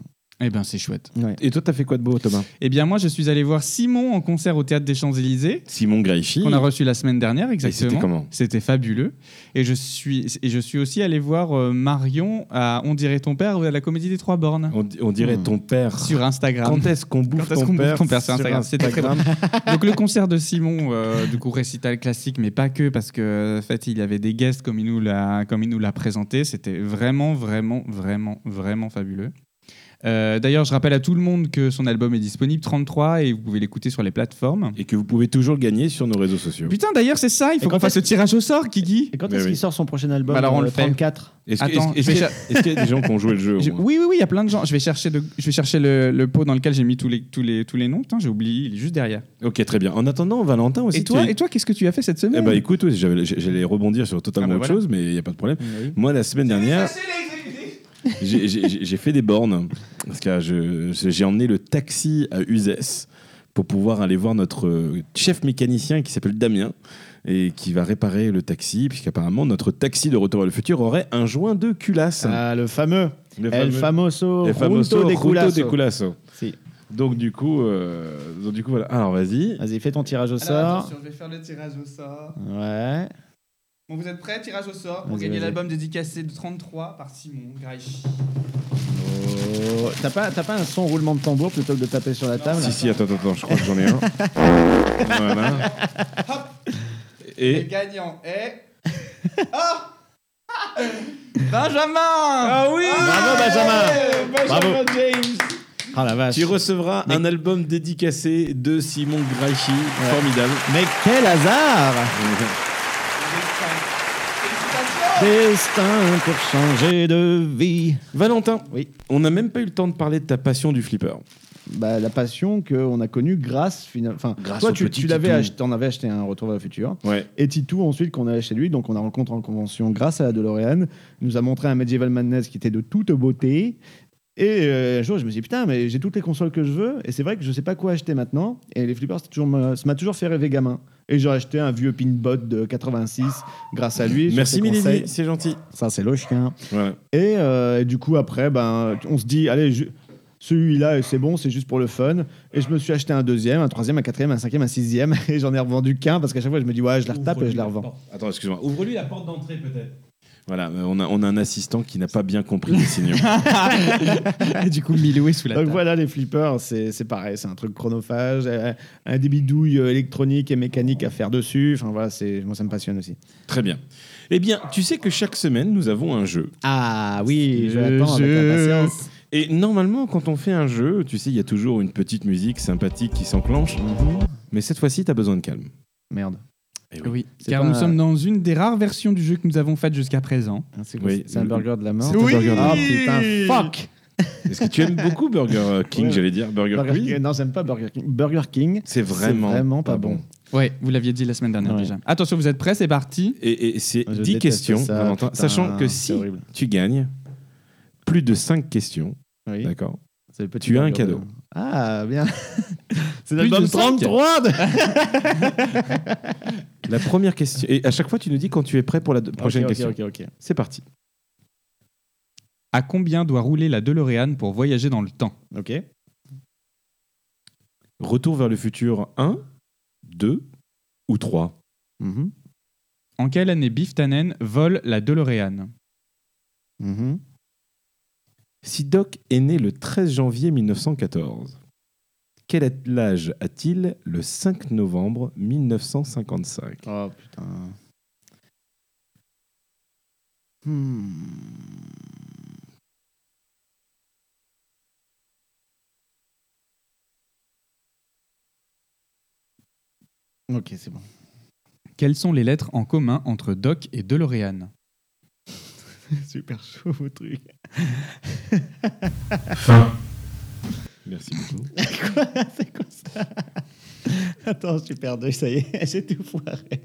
[SPEAKER 2] Eh ben, c'est chouette.
[SPEAKER 3] Et toi, t'as fait quoi de beau, Thomas
[SPEAKER 2] Eh bien, moi, je suis allé voir Simon en concert au Théâtre des Champs-Élysées,
[SPEAKER 3] Simon Graifi.
[SPEAKER 2] qu'on a reçu la semaine dernière,
[SPEAKER 3] Et
[SPEAKER 2] exactement.
[SPEAKER 3] c'était comment
[SPEAKER 2] C'était fabuleux. Et je, suis, et je suis aussi allé voir euh, Marion à On dirait ton père ou à la Comédie des Trois Bornes
[SPEAKER 3] on, di- on dirait
[SPEAKER 4] Hmm.
[SPEAKER 3] ton père.
[SPEAKER 2] sur Instagram.
[SPEAKER 3] Quand est-ce qu'on bouffe
[SPEAKER 2] Oh. Quand est-ce qu'on
[SPEAKER 3] ton
[SPEAKER 2] bouffe
[SPEAKER 3] père
[SPEAKER 2] ton père sur
[SPEAKER 3] sur
[SPEAKER 2] Instagram C'était très
[SPEAKER 3] Instagram
[SPEAKER 2] Donc le concert de Simon, euh, du coup récital classique, mais pas que, parce que en fait il y avait des guests comme il nous l'a comme il nous l'a présenté. C'était vraiment vraiment vraiment vraiment fabuleux. Euh, D'ailleurs, je rappelle à tout le monde que son album est disponible 33 et vous pouvez l'écouter sur les plateformes.
[SPEAKER 3] Et que vous pouvez toujours gagner sur nos réseaux sociaux.
[SPEAKER 2] Putain, d'ailleurs, c'est ça, il
[SPEAKER 4] Et
[SPEAKER 2] faut
[SPEAKER 4] quand
[SPEAKER 2] qu'on fasse le tirage au sort, Kiki.
[SPEAKER 4] Et quand
[SPEAKER 3] Mais
[SPEAKER 4] est-ce
[SPEAKER 3] oui.
[SPEAKER 4] qu'il sort son prochain album
[SPEAKER 2] Bah alors, on
[SPEAKER 4] euh,
[SPEAKER 2] le fait.
[SPEAKER 4] 34
[SPEAKER 3] Est-ce que-
[SPEAKER 2] Attends,
[SPEAKER 3] est-ce- est-ce qu'il
[SPEAKER 2] je vais
[SPEAKER 3] y, est qu'il y a des gens qui ont joué le jeu au
[SPEAKER 2] Je-
[SPEAKER 3] moins
[SPEAKER 2] oui, oui, oui, il y a plein de gens. Je vais chercher, de- je vais chercher le, le pot dans lequel j'ai mis tous les, tous, les, tous les noms. Putain, j'ai oublié, il est juste derrière.
[SPEAKER 3] Ok, très bien. En attendant, Valentin aussi.
[SPEAKER 2] Et
[SPEAKER 3] tu
[SPEAKER 2] toi,
[SPEAKER 3] as-
[SPEAKER 2] et toi qu'est-ce que tu as fait cette
[SPEAKER 3] Eh
[SPEAKER 2] semaine
[SPEAKER 4] Mm.
[SPEAKER 3] ben écoute, oui, j'avais- j'allais rebondir sur totalement
[SPEAKER 2] Ah
[SPEAKER 4] ben
[SPEAKER 2] bah
[SPEAKER 3] autre
[SPEAKER 2] voilà.
[SPEAKER 3] chose, mais il n'y a pas de problème.
[SPEAKER 4] Eh
[SPEAKER 3] Moi, la semaine dernière, j'ai- j'ai j'ai- j'ai fait des bornes. Parce que euh, je- je- j'ai emmené le taxi à Uzès pour pouvoir aller voir notre euh, chef mécanicien qui s'appelle Damien et qui va réparer le taxi, puisqu'apparemment, notre taxi de Retour à le futur aurait un joint de culasse.
[SPEAKER 4] Ah le fameux,
[SPEAKER 3] Le
[SPEAKER 4] El
[SPEAKER 3] fameux-
[SPEAKER 4] famoso,
[SPEAKER 3] le fameux
[SPEAKER 4] Junto de
[SPEAKER 3] Junto
[SPEAKER 4] Culasso.
[SPEAKER 3] de Culasso.
[SPEAKER 4] Si.
[SPEAKER 3] Donc, du coup, euh, donc, du coup voilà. Alors, vas-y.
[SPEAKER 4] Vas-y, fais ton tirage au
[SPEAKER 2] Alors,
[SPEAKER 4] sort.
[SPEAKER 2] attention, je vais faire le tirage au sort.
[SPEAKER 4] Ouais.
[SPEAKER 2] Bon, vous êtes prêts Tirage au sort
[SPEAKER 4] Vas-y, vas-y.
[SPEAKER 2] dédicacé de 33 par Simon Graichi.
[SPEAKER 4] Oh. T'as pas, t'as pas un son roulement de tambour plutôt que de taper sur la table
[SPEAKER 3] Si, si, attends, attends, attends, je crois que j'en ai un. voilà. Et.
[SPEAKER 2] gagnant est. Ah Benjamin Ah oui
[SPEAKER 4] Bravo, Benjamin Bravo.
[SPEAKER 2] James
[SPEAKER 4] Ah la vache.
[SPEAKER 3] Tu recevras un album dédicacé de Simon Graichi, formidable.
[SPEAKER 4] Mais quel hasard Destin pour changer de vie.
[SPEAKER 3] Valentin,
[SPEAKER 4] Oui.
[SPEAKER 3] on n'a même pas eu le temps de parler de ta passion du flipper.
[SPEAKER 4] bah, la passion qu'on a connue grâce finalement. Enfin,
[SPEAKER 3] Grâce
[SPEAKER 4] toi,
[SPEAKER 3] au
[SPEAKER 4] tu,
[SPEAKER 3] petit
[SPEAKER 4] tu l'avais
[SPEAKER 3] Titou.
[SPEAKER 4] acheté, t'en avais acheté un Retour vers le futur.
[SPEAKER 3] Ouais.
[SPEAKER 4] Et Titou, ensuite, qu'on allait chez lui, donc on a rencontré en convention grâce à la DeLorean, il nous a montré un Medieval Madness qui était de toute beauté. Et euh, un jour, je me suis dit, putain, mais j'ai toutes les consoles que je veux, et c'est vrai que je sais pas quoi acheter maintenant. Et les flippers, c'est toujours ma- ça m'a toujours fait rêver gamin. Et j'ai acheté un vieux pinbot de 86 grâce à lui. sur
[SPEAKER 3] Merci
[SPEAKER 4] ses
[SPEAKER 3] Milady,
[SPEAKER 4] conseils.
[SPEAKER 3] c'est gentil.
[SPEAKER 4] Ça, c'est le chien.
[SPEAKER 3] Voilà.
[SPEAKER 4] Et, euh, et du coup, après, ben, on se dit, allez, je- celui-là, c'est bon, c'est juste pour le fun. Et je me suis acheté un deuxième, un troisième, un quatrième, un cinquième, un sixième. Et j'en ai revendu qu'un parce qu'à chaque fois, je me dis, ouais, je la retape et je la revends.
[SPEAKER 3] Attends, excuse-moi. Ouvre-lui la porte d'entrée peut-être. Voilà, euh, on a, on a un assistant qui n'a pas bien compris les signaux.
[SPEAKER 2] Ah, Du coup, Milou est sous la
[SPEAKER 4] Donc
[SPEAKER 2] table.
[SPEAKER 4] voilà, les flippers, c'est c'est pareil, c'est un truc chronophage, euh, un débit douille euh, électronique et mécanique à faire dessus. Enfin voilà, c'est- moi, ça me passionne aussi.
[SPEAKER 3] Très bien. Eh bien, tu sais que chaque semaine, nous avons un jeu.
[SPEAKER 4] Ah oui, je l'attends avec
[SPEAKER 2] jeu.
[SPEAKER 4] impatience.
[SPEAKER 3] Et normalement, quand on fait un jeu, tu sais, il y a toujours une petite musique sympathique qui s'enclenche. Mais cette fois-ci, t'as besoin de calme.
[SPEAKER 4] Merde.
[SPEAKER 2] Oui,
[SPEAKER 4] C'est
[SPEAKER 2] car
[SPEAKER 4] pas
[SPEAKER 2] nous
[SPEAKER 4] un-
[SPEAKER 2] sommes dans une des rares versions du jeu que nous avons faite jusqu'à présent.
[SPEAKER 4] Hein, C'est quoi,
[SPEAKER 3] Oui.
[SPEAKER 4] c'est un burger de la mort.
[SPEAKER 3] C'est un Oui. burger de la
[SPEAKER 4] Ah
[SPEAKER 3] mort.
[SPEAKER 4] putain, fuck
[SPEAKER 3] Est-ce que tu aimes beaucoup Burger euh, King,
[SPEAKER 4] Ouais.
[SPEAKER 3] j'allais dire Burger,
[SPEAKER 4] Burger
[SPEAKER 3] Quiz
[SPEAKER 4] King- Non, j'aime pas Burger King. Burger King,
[SPEAKER 3] C'est vraiment,
[SPEAKER 4] C'est vraiment pas bon.
[SPEAKER 2] Ouais, vous l'aviez dit la semaine dernière
[SPEAKER 4] Ouais.
[SPEAKER 2] déjà. Attention, vous êtes prêts, c'est parti.
[SPEAKER 3] Et, et c'est
[SPEAKER 4] Je
[SPEAKER 3] 10
[SPEAKER 4] déteste
[SPEAKER 3] questions,
[SPEAKER 4] ça,
[SPEAKER 3] Valentin.
[SPEAKER 4] putain,
[SPEAKER 3] sachant que
[SPEAKER 4] c'est
[SPEAKER 3] si
[SPEAKER 4] horrible.
[SPEAKER 3] tu gagnes plus de 5 questions,
[SPEAKER 4] Oui.
[SPEAKER 3] d'accord
[SPEAKER 4] C'est le petit
[SPEAKER 3] Tu as un
[SPEAKER 4] burger
[SPEAKER 3] cadeau.
[SPEAKER 4] de- Ah, bien. C'est
[SPEAKER 2] Plus
[SPEAKER 4] l'album
[SPEAKER 2] de cinq.
[SPEAKER 4] 33 de-
[SPEAKER 3] La première question, et à chaque fois tu nous dis quand tu es prêt pour la de- prochaine
[SPEAKER 4] Ok, ok,
[SPEAKER 3] question.
[SPEAKER 4] ok, ok.
[SPEAKER 3] C'est parti.
[SPEAKER 2] À combien doit rouler la DeLorean pour voyager dans le temps
[SPEAKER 4] Ok.
[SPEAKER 3] Retour vers le futur 1, 2 ou 3
[SPEAKER 4] Mhm,
[SPEAKER 2] En quelle année Biff Tannen vole la DeLorean
[SPEAKER 4] mhm.
[SPEAKER 3] Si Doc est né le 13 janvier 1914, quel est- âge a-t-il le 5 novembre 1955
[SPEAKER 4] Oh putain. Hmm. Ok, c'est bon.
[SPEAKER 2] Quelles sont les lettres en commun entre Doc et DeLorean
[SPEAKER 4] Super chaud, vos truc.
[SPEAKER 3] Merci beaucoup.
[SPEAKER 4] C'est quoi ça Attends, je suis perdu, ça y est, j'ai tout foiré.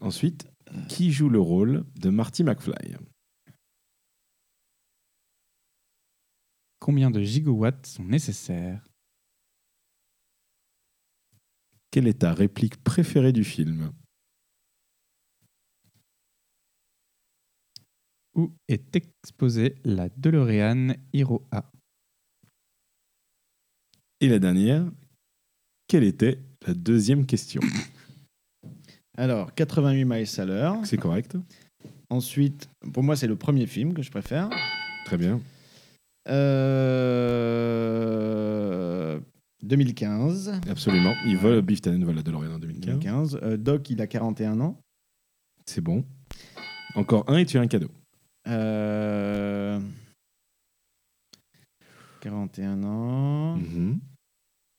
[SPEAKER 3] Ensuite, qui joue le rôle de Marty McFly
[SPEAKER 2] Combien de gigawatts sont nécessaires
[SPEAKER 3] Quelle est ta réplique préférée du film
[SPEAKER 2] Où est exposée la DeLorean Hero A
[SPEAKER 3] Et la dernière, quelle était la deuxième question
[SPEAKER 4] Alors, 88 miles à l'heure.
[SPEAKER 3] C'est correct
[SPEAKER 4] Ensuite, pour moi, c'est le premier film que je préfère.
[SPEAKER 3] Très bien.
[SPEAKER 4] Euh, 2015.
[SPEAKER 3] Absolument. Ils volent, Biff Tannen vole la DeLorean en 2015.
[SPEAKER 4] 2015. Euh, Doc, il a 41 ans.
[SPEAKER 3] C'est bon. Encore un et tu as un cadeau.
[SPEAKER 4] Euh, 41 ans.
[SPEAKER 3] Mhm.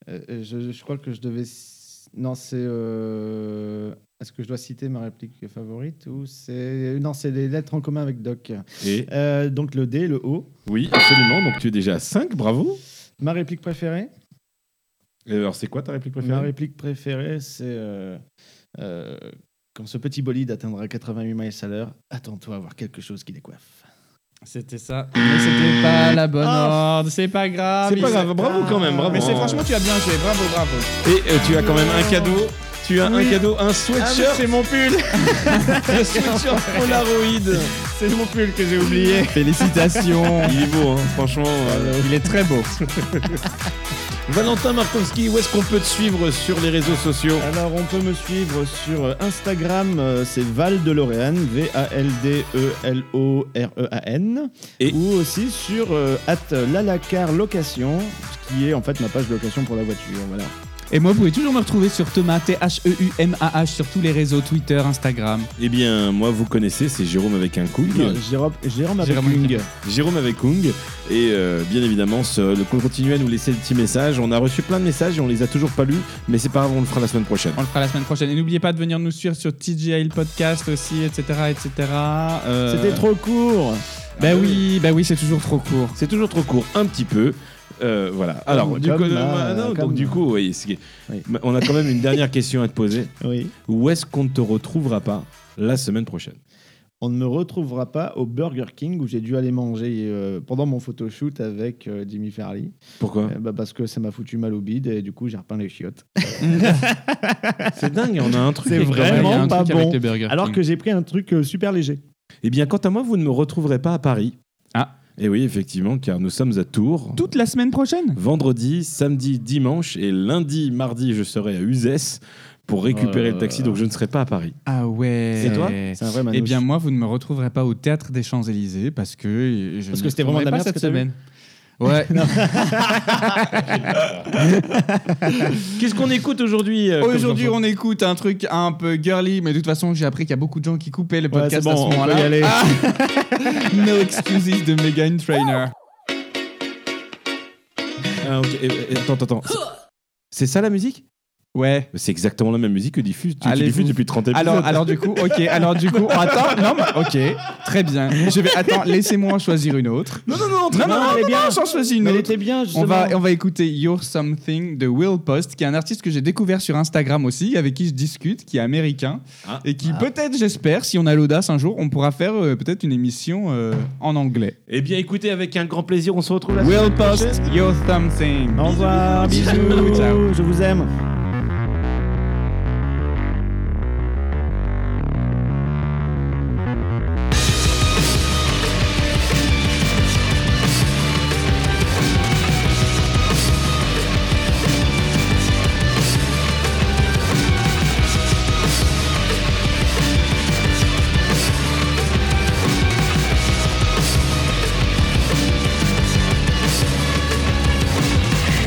[SPEAKER 4] Euh, je, je crois que je devais. c- Non, c'est. euh, Est-ce que je dois citer ma réplique favorite ou c'est. Non, c'est les lettres en commun avec Doc.
[SPEAKER 3] Et
[SPEAKER 4] Euh, donc le D, le O.
[SPEAKER 3] oui, absolument. Donc tu es déjà à 5, bravo.
[SPEAKER 4] Ma réplique préférée
[SPEAKER 3] Et Alors c'est quoi ta réplique
[SPEAKER 4] Ma
[SPEAKER 3] préférée
[SPEAKER 4] réplique préférée, c'est. euh, euh, quand ce petit bolide atteindra 88 miles à l'heure, attends-toi à voir quelque chose qui décoiffe.
[SPEAKER 2] C'était ça. Mais c'était pas la bonne
[SPEAKER 4] Ah.
[SPEAKER 2] ordre. C'est pas grave.
[SPEAKER 3] C'est pas
[SPEAKER 2] il-
[SPEAKER 3] grave, bravo quand même, bravo.
[SPEAKER 2] Mais c'est franchement, tu as bien joué. Bravo, bravo.
[SPEAKER 3] Et euh, tu as quand même un cadeau. Tu as un cadeau, un sweatshirt.
[SPEAKER 4] Ah c'est mon pull
[SPEAKER 3] un sweatshirt Polaroid.
[SPEAKER 4] C'est mon pull que j'ai oublié
[SPEAKER 2] Félicitations.
[SPEAKER 3] Il est beau, hein, franchement. euh,
[SPEAKER 2] Il est très beau.
[SPEAKER 3] Valentin Markowski, où est-ce qu'on peut te suivre sur les réseaux sociaux
[SPEAKER 4] Alors, on peut me suivre sur Instagram, euh, c'est Val de Lorraine, E V-A-L-D-E-L-O-R-E-A-N.
[SPEAKER 3] Et-
[SPEAKER 4] E Ou aussi sur euh, at Lalacar Location, qui est en fait ma page location pour la voiture. Voilà.
[SPEAKER 2] Et moi, vous pouvez toujours me retrouver sur Thomas, E T-H-E-U-M-A-H, sur tous les réseaux Twitter, Instagram.
[SPEAKER 3] Eh bien, moi, vous connaissez, c'est Jérôme avec un Kung.
[SPEAKER 4] Non, Jérôme, Jérôme avec
[SPEAKER 2] Jérôme Euh.
[SPEAKER 4] Ling.
[SPEAKER 3] Jérôme avec Kung. Et euh, bien évidemment, ce, le- continuez à nous laisser des petits messages. On a reçu plein de messages et on les a toujours pas lus. Mais c'est pas grave, on le fera la semaine prochaine.
[SPEAKER 2] On le fera la semaine prochaine. Et n'oubliez pas de venir nous suivre sur TGI, le podcast aussi, etc. etc. Euh,
[SPEAKER 4] C'était trop court
[SPEAKER 2] Bah oui, bah oui, c'est toujours trop court.
[SPEAKER 3] C'est toujours trop court, un petit peu. Euh, voilà. Alors,
[SPEAKER 4] Comme-
[SPEAKER 3] du
[SPEAKER 4] comme
[SPEAKER 3] coup,
[SPEAKER 4] ma-
[SPEAKER 3] euh, non, donc,
[SPEAKER 4] comme-
[SPEAKER 3] du coup, oui, c'est-
[SPEAKER 4] Oui.
[SPEAKER 3] Ma- on a quand même une dernière question à te poser.
[SPEAKER 4] Oui.
[SPEAKER 3] Où est-ce qu'on ne te retrouvera pas la semaine prochaine
[SPEAKER 4] On ne me retrouvera pas au Burger King où j'ai dû aller manger euh, pendant mon photoshoot avec euh, Jimmy Farley.
[SPEAKER 3] Pourquoi
[SPEAKER 4] Euh, bah, parce que ça m'a foutu mal au bide et du coup j'ai repeint les chiottes.
[SPEAKER 3] C'est dingue, on a un truc.
[SPEAKER 4] C'est
[SPEAKER 3] avec-
[SPEAKER 4] vrai.
[SPEAKER 2] Il y a
[SPEAKER 4] Vraiment
[SPEAKER 2] un
[SPEAKER 4] pas
[SPEAKER 2] truc avec
[SPEAKER 4] bon.
[SPEAKER 2] le Burger
[SPEAKER 4] Alors
[SPEAKER 2] King.
[SPEAKER 4] que j'ai pris un truc euh, super léger.
[SPEAKER 3] Eh bien, quant à moi, vous ne me retrouverez pas à Paris.
[SPEAKER 2] Ah.
[SPEAKER 3] Et oui, effectivement, car nous sommes à Tours.
[SPEAKER 2] Toute la semaine prochaine
[SPEAKER 3] Vendredi, samedi, dimanche et lundi, mardi, je serai à Uzès pour récupérer
[SPEAKER 4] Euh.
[SPEAKER 3] le taxi, donc je ne serai pas à Paris.
[SPEAKER 2] Ah ouais.
[SPEAKER 3] Et toi
[SPEAKER 4] C'est un vrai manouche.
[SPEAKER 2] Eh bien, moi, vous ne me retrouverez pas au théâtre des Champs-Élysées parce que. je
[SPEAKER 4] Parce
[SPEAKER 2] ne
[SPEAKER 4] que c'était vraiment de la merde
[SPEAKER 2] retournerai pas
[SPEAKER 4] ce
[SPEAKER 2] cette
[SPEAKER 4] que t'as
[SPEAKER 2] semaine. Ouais.
[SPEAKER 3] Qu'est-ce qu'on écoute aujourd'hui euh, comme
[SPEAKER 2] Aujourd'hui,
[SPEAKER 3] chanson
[SPEAKER 2] on écoute un truc un peu girly, mais de toute façon, j'ai appris qu'il y a beaucoup de gens qui coupaient le
[SPEAKER 4] Ouais, c'est
[SPEAKER 2] podcast
[SPEAKER 4] bon,
[SPEAKER 2] à ce
[SPEAKER 4] on peut y
[SPEAKER 2] moment-là.
[SPEAKER 4] aller.
[SPEAKER 2] no excuses de Megan Trainer.
[SPEAKER 3] Ah, ok. Eh, eh, Attends, attends, attends. C'est ça la musique
[SPEAKER 2] Ouais.
[SPEAKER 3] Mais C'est exactement la même musique que diffuse, tu,
[SPEAKER 2] Allez,
[SPEAKER 3] diffuses
[SPEAKER 2] vous-
[SPEAKER 3] depuis 30 épisodes.
[SPEAKER 2] Alors, alors du coup, ok, alors du coup, attends, non, mais- ok, très bien. Je vais, attends, laissez-moi en choisir une autre.
[SPEAKER 3] Non, non, non,
[SPEAKER 2] Non, non,
[SPEAKER 4] bien,
[SPEAKER 2] non,
[SPEAKER 4] elle est
[SPEAKER 2] non,
[SPEAKER 4] bien.
[SPEAKER 2] non, j'en choisis une
[SPEAKER 4] Mais elle
[SPEAKER 2] autre.
[SPEAKER 4] était bien,
[SPEAKER 2] On
[SPEAKER 4] justement.
[SPEAKER 2] va, on va écouter You're Something de Will Post, qui est un artiste que j'ai découvert sur Instagram aussi, avec qui je discute, qui est américain,
[SPEAKER 3] Ah.
[SPEAKER 2] et qui peut-être, j'espère, si on a l'audace un jour, on pourra faire euh, peut-être une émission euh, en anglais.
[SPEAKER 3] Eh bien, écoutez, avec un grand plaisir, on se retrouve la
[SPEAKER 2] Will
[SPEAKER 3] semaine prochaine.
[SPEAKER 2] Post, You're Something.
[SPEAKER 4] Au revoir,
[SPEAKER 2] Bisous,
[SPEAKER 4] bisous,
[SPEAKER 2] bisous. Ciao.
[SPEAKER 4] je vous aime.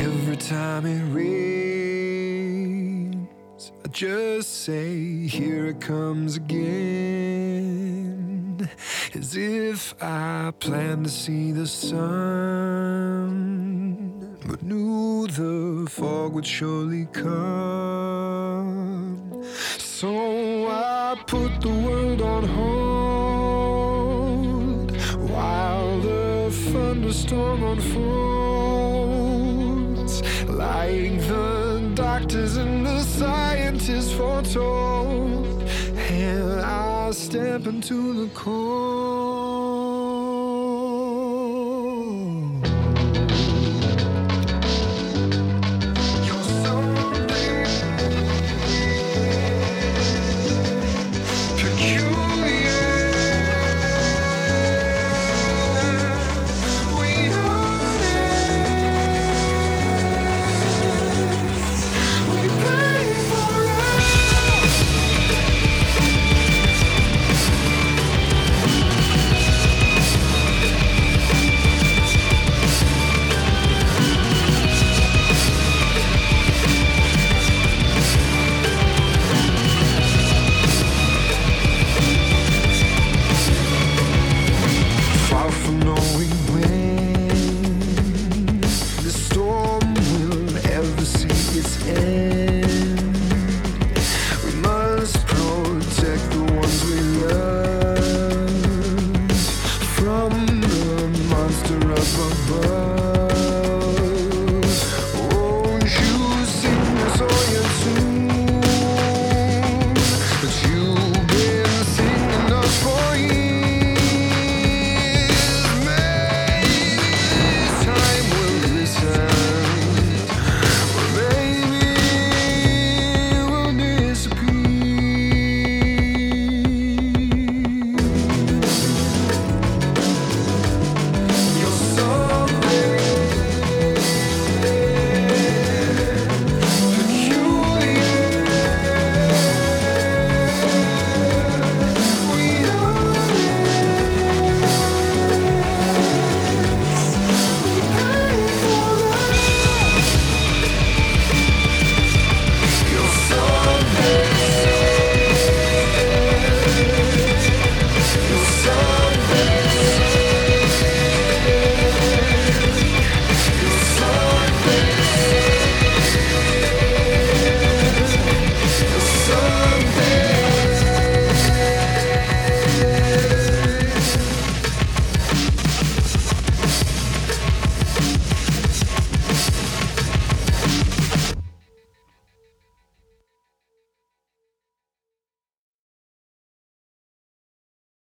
[SPEAKER 5] Every time it rains, I just say, Here it comes again. As if I planned to see the sun, but knew the fog would surely come. So I put the world on hold while the thunderstorm unfolds, like the dark. doctors and the scientists foretold. And I step into the cold. Oh,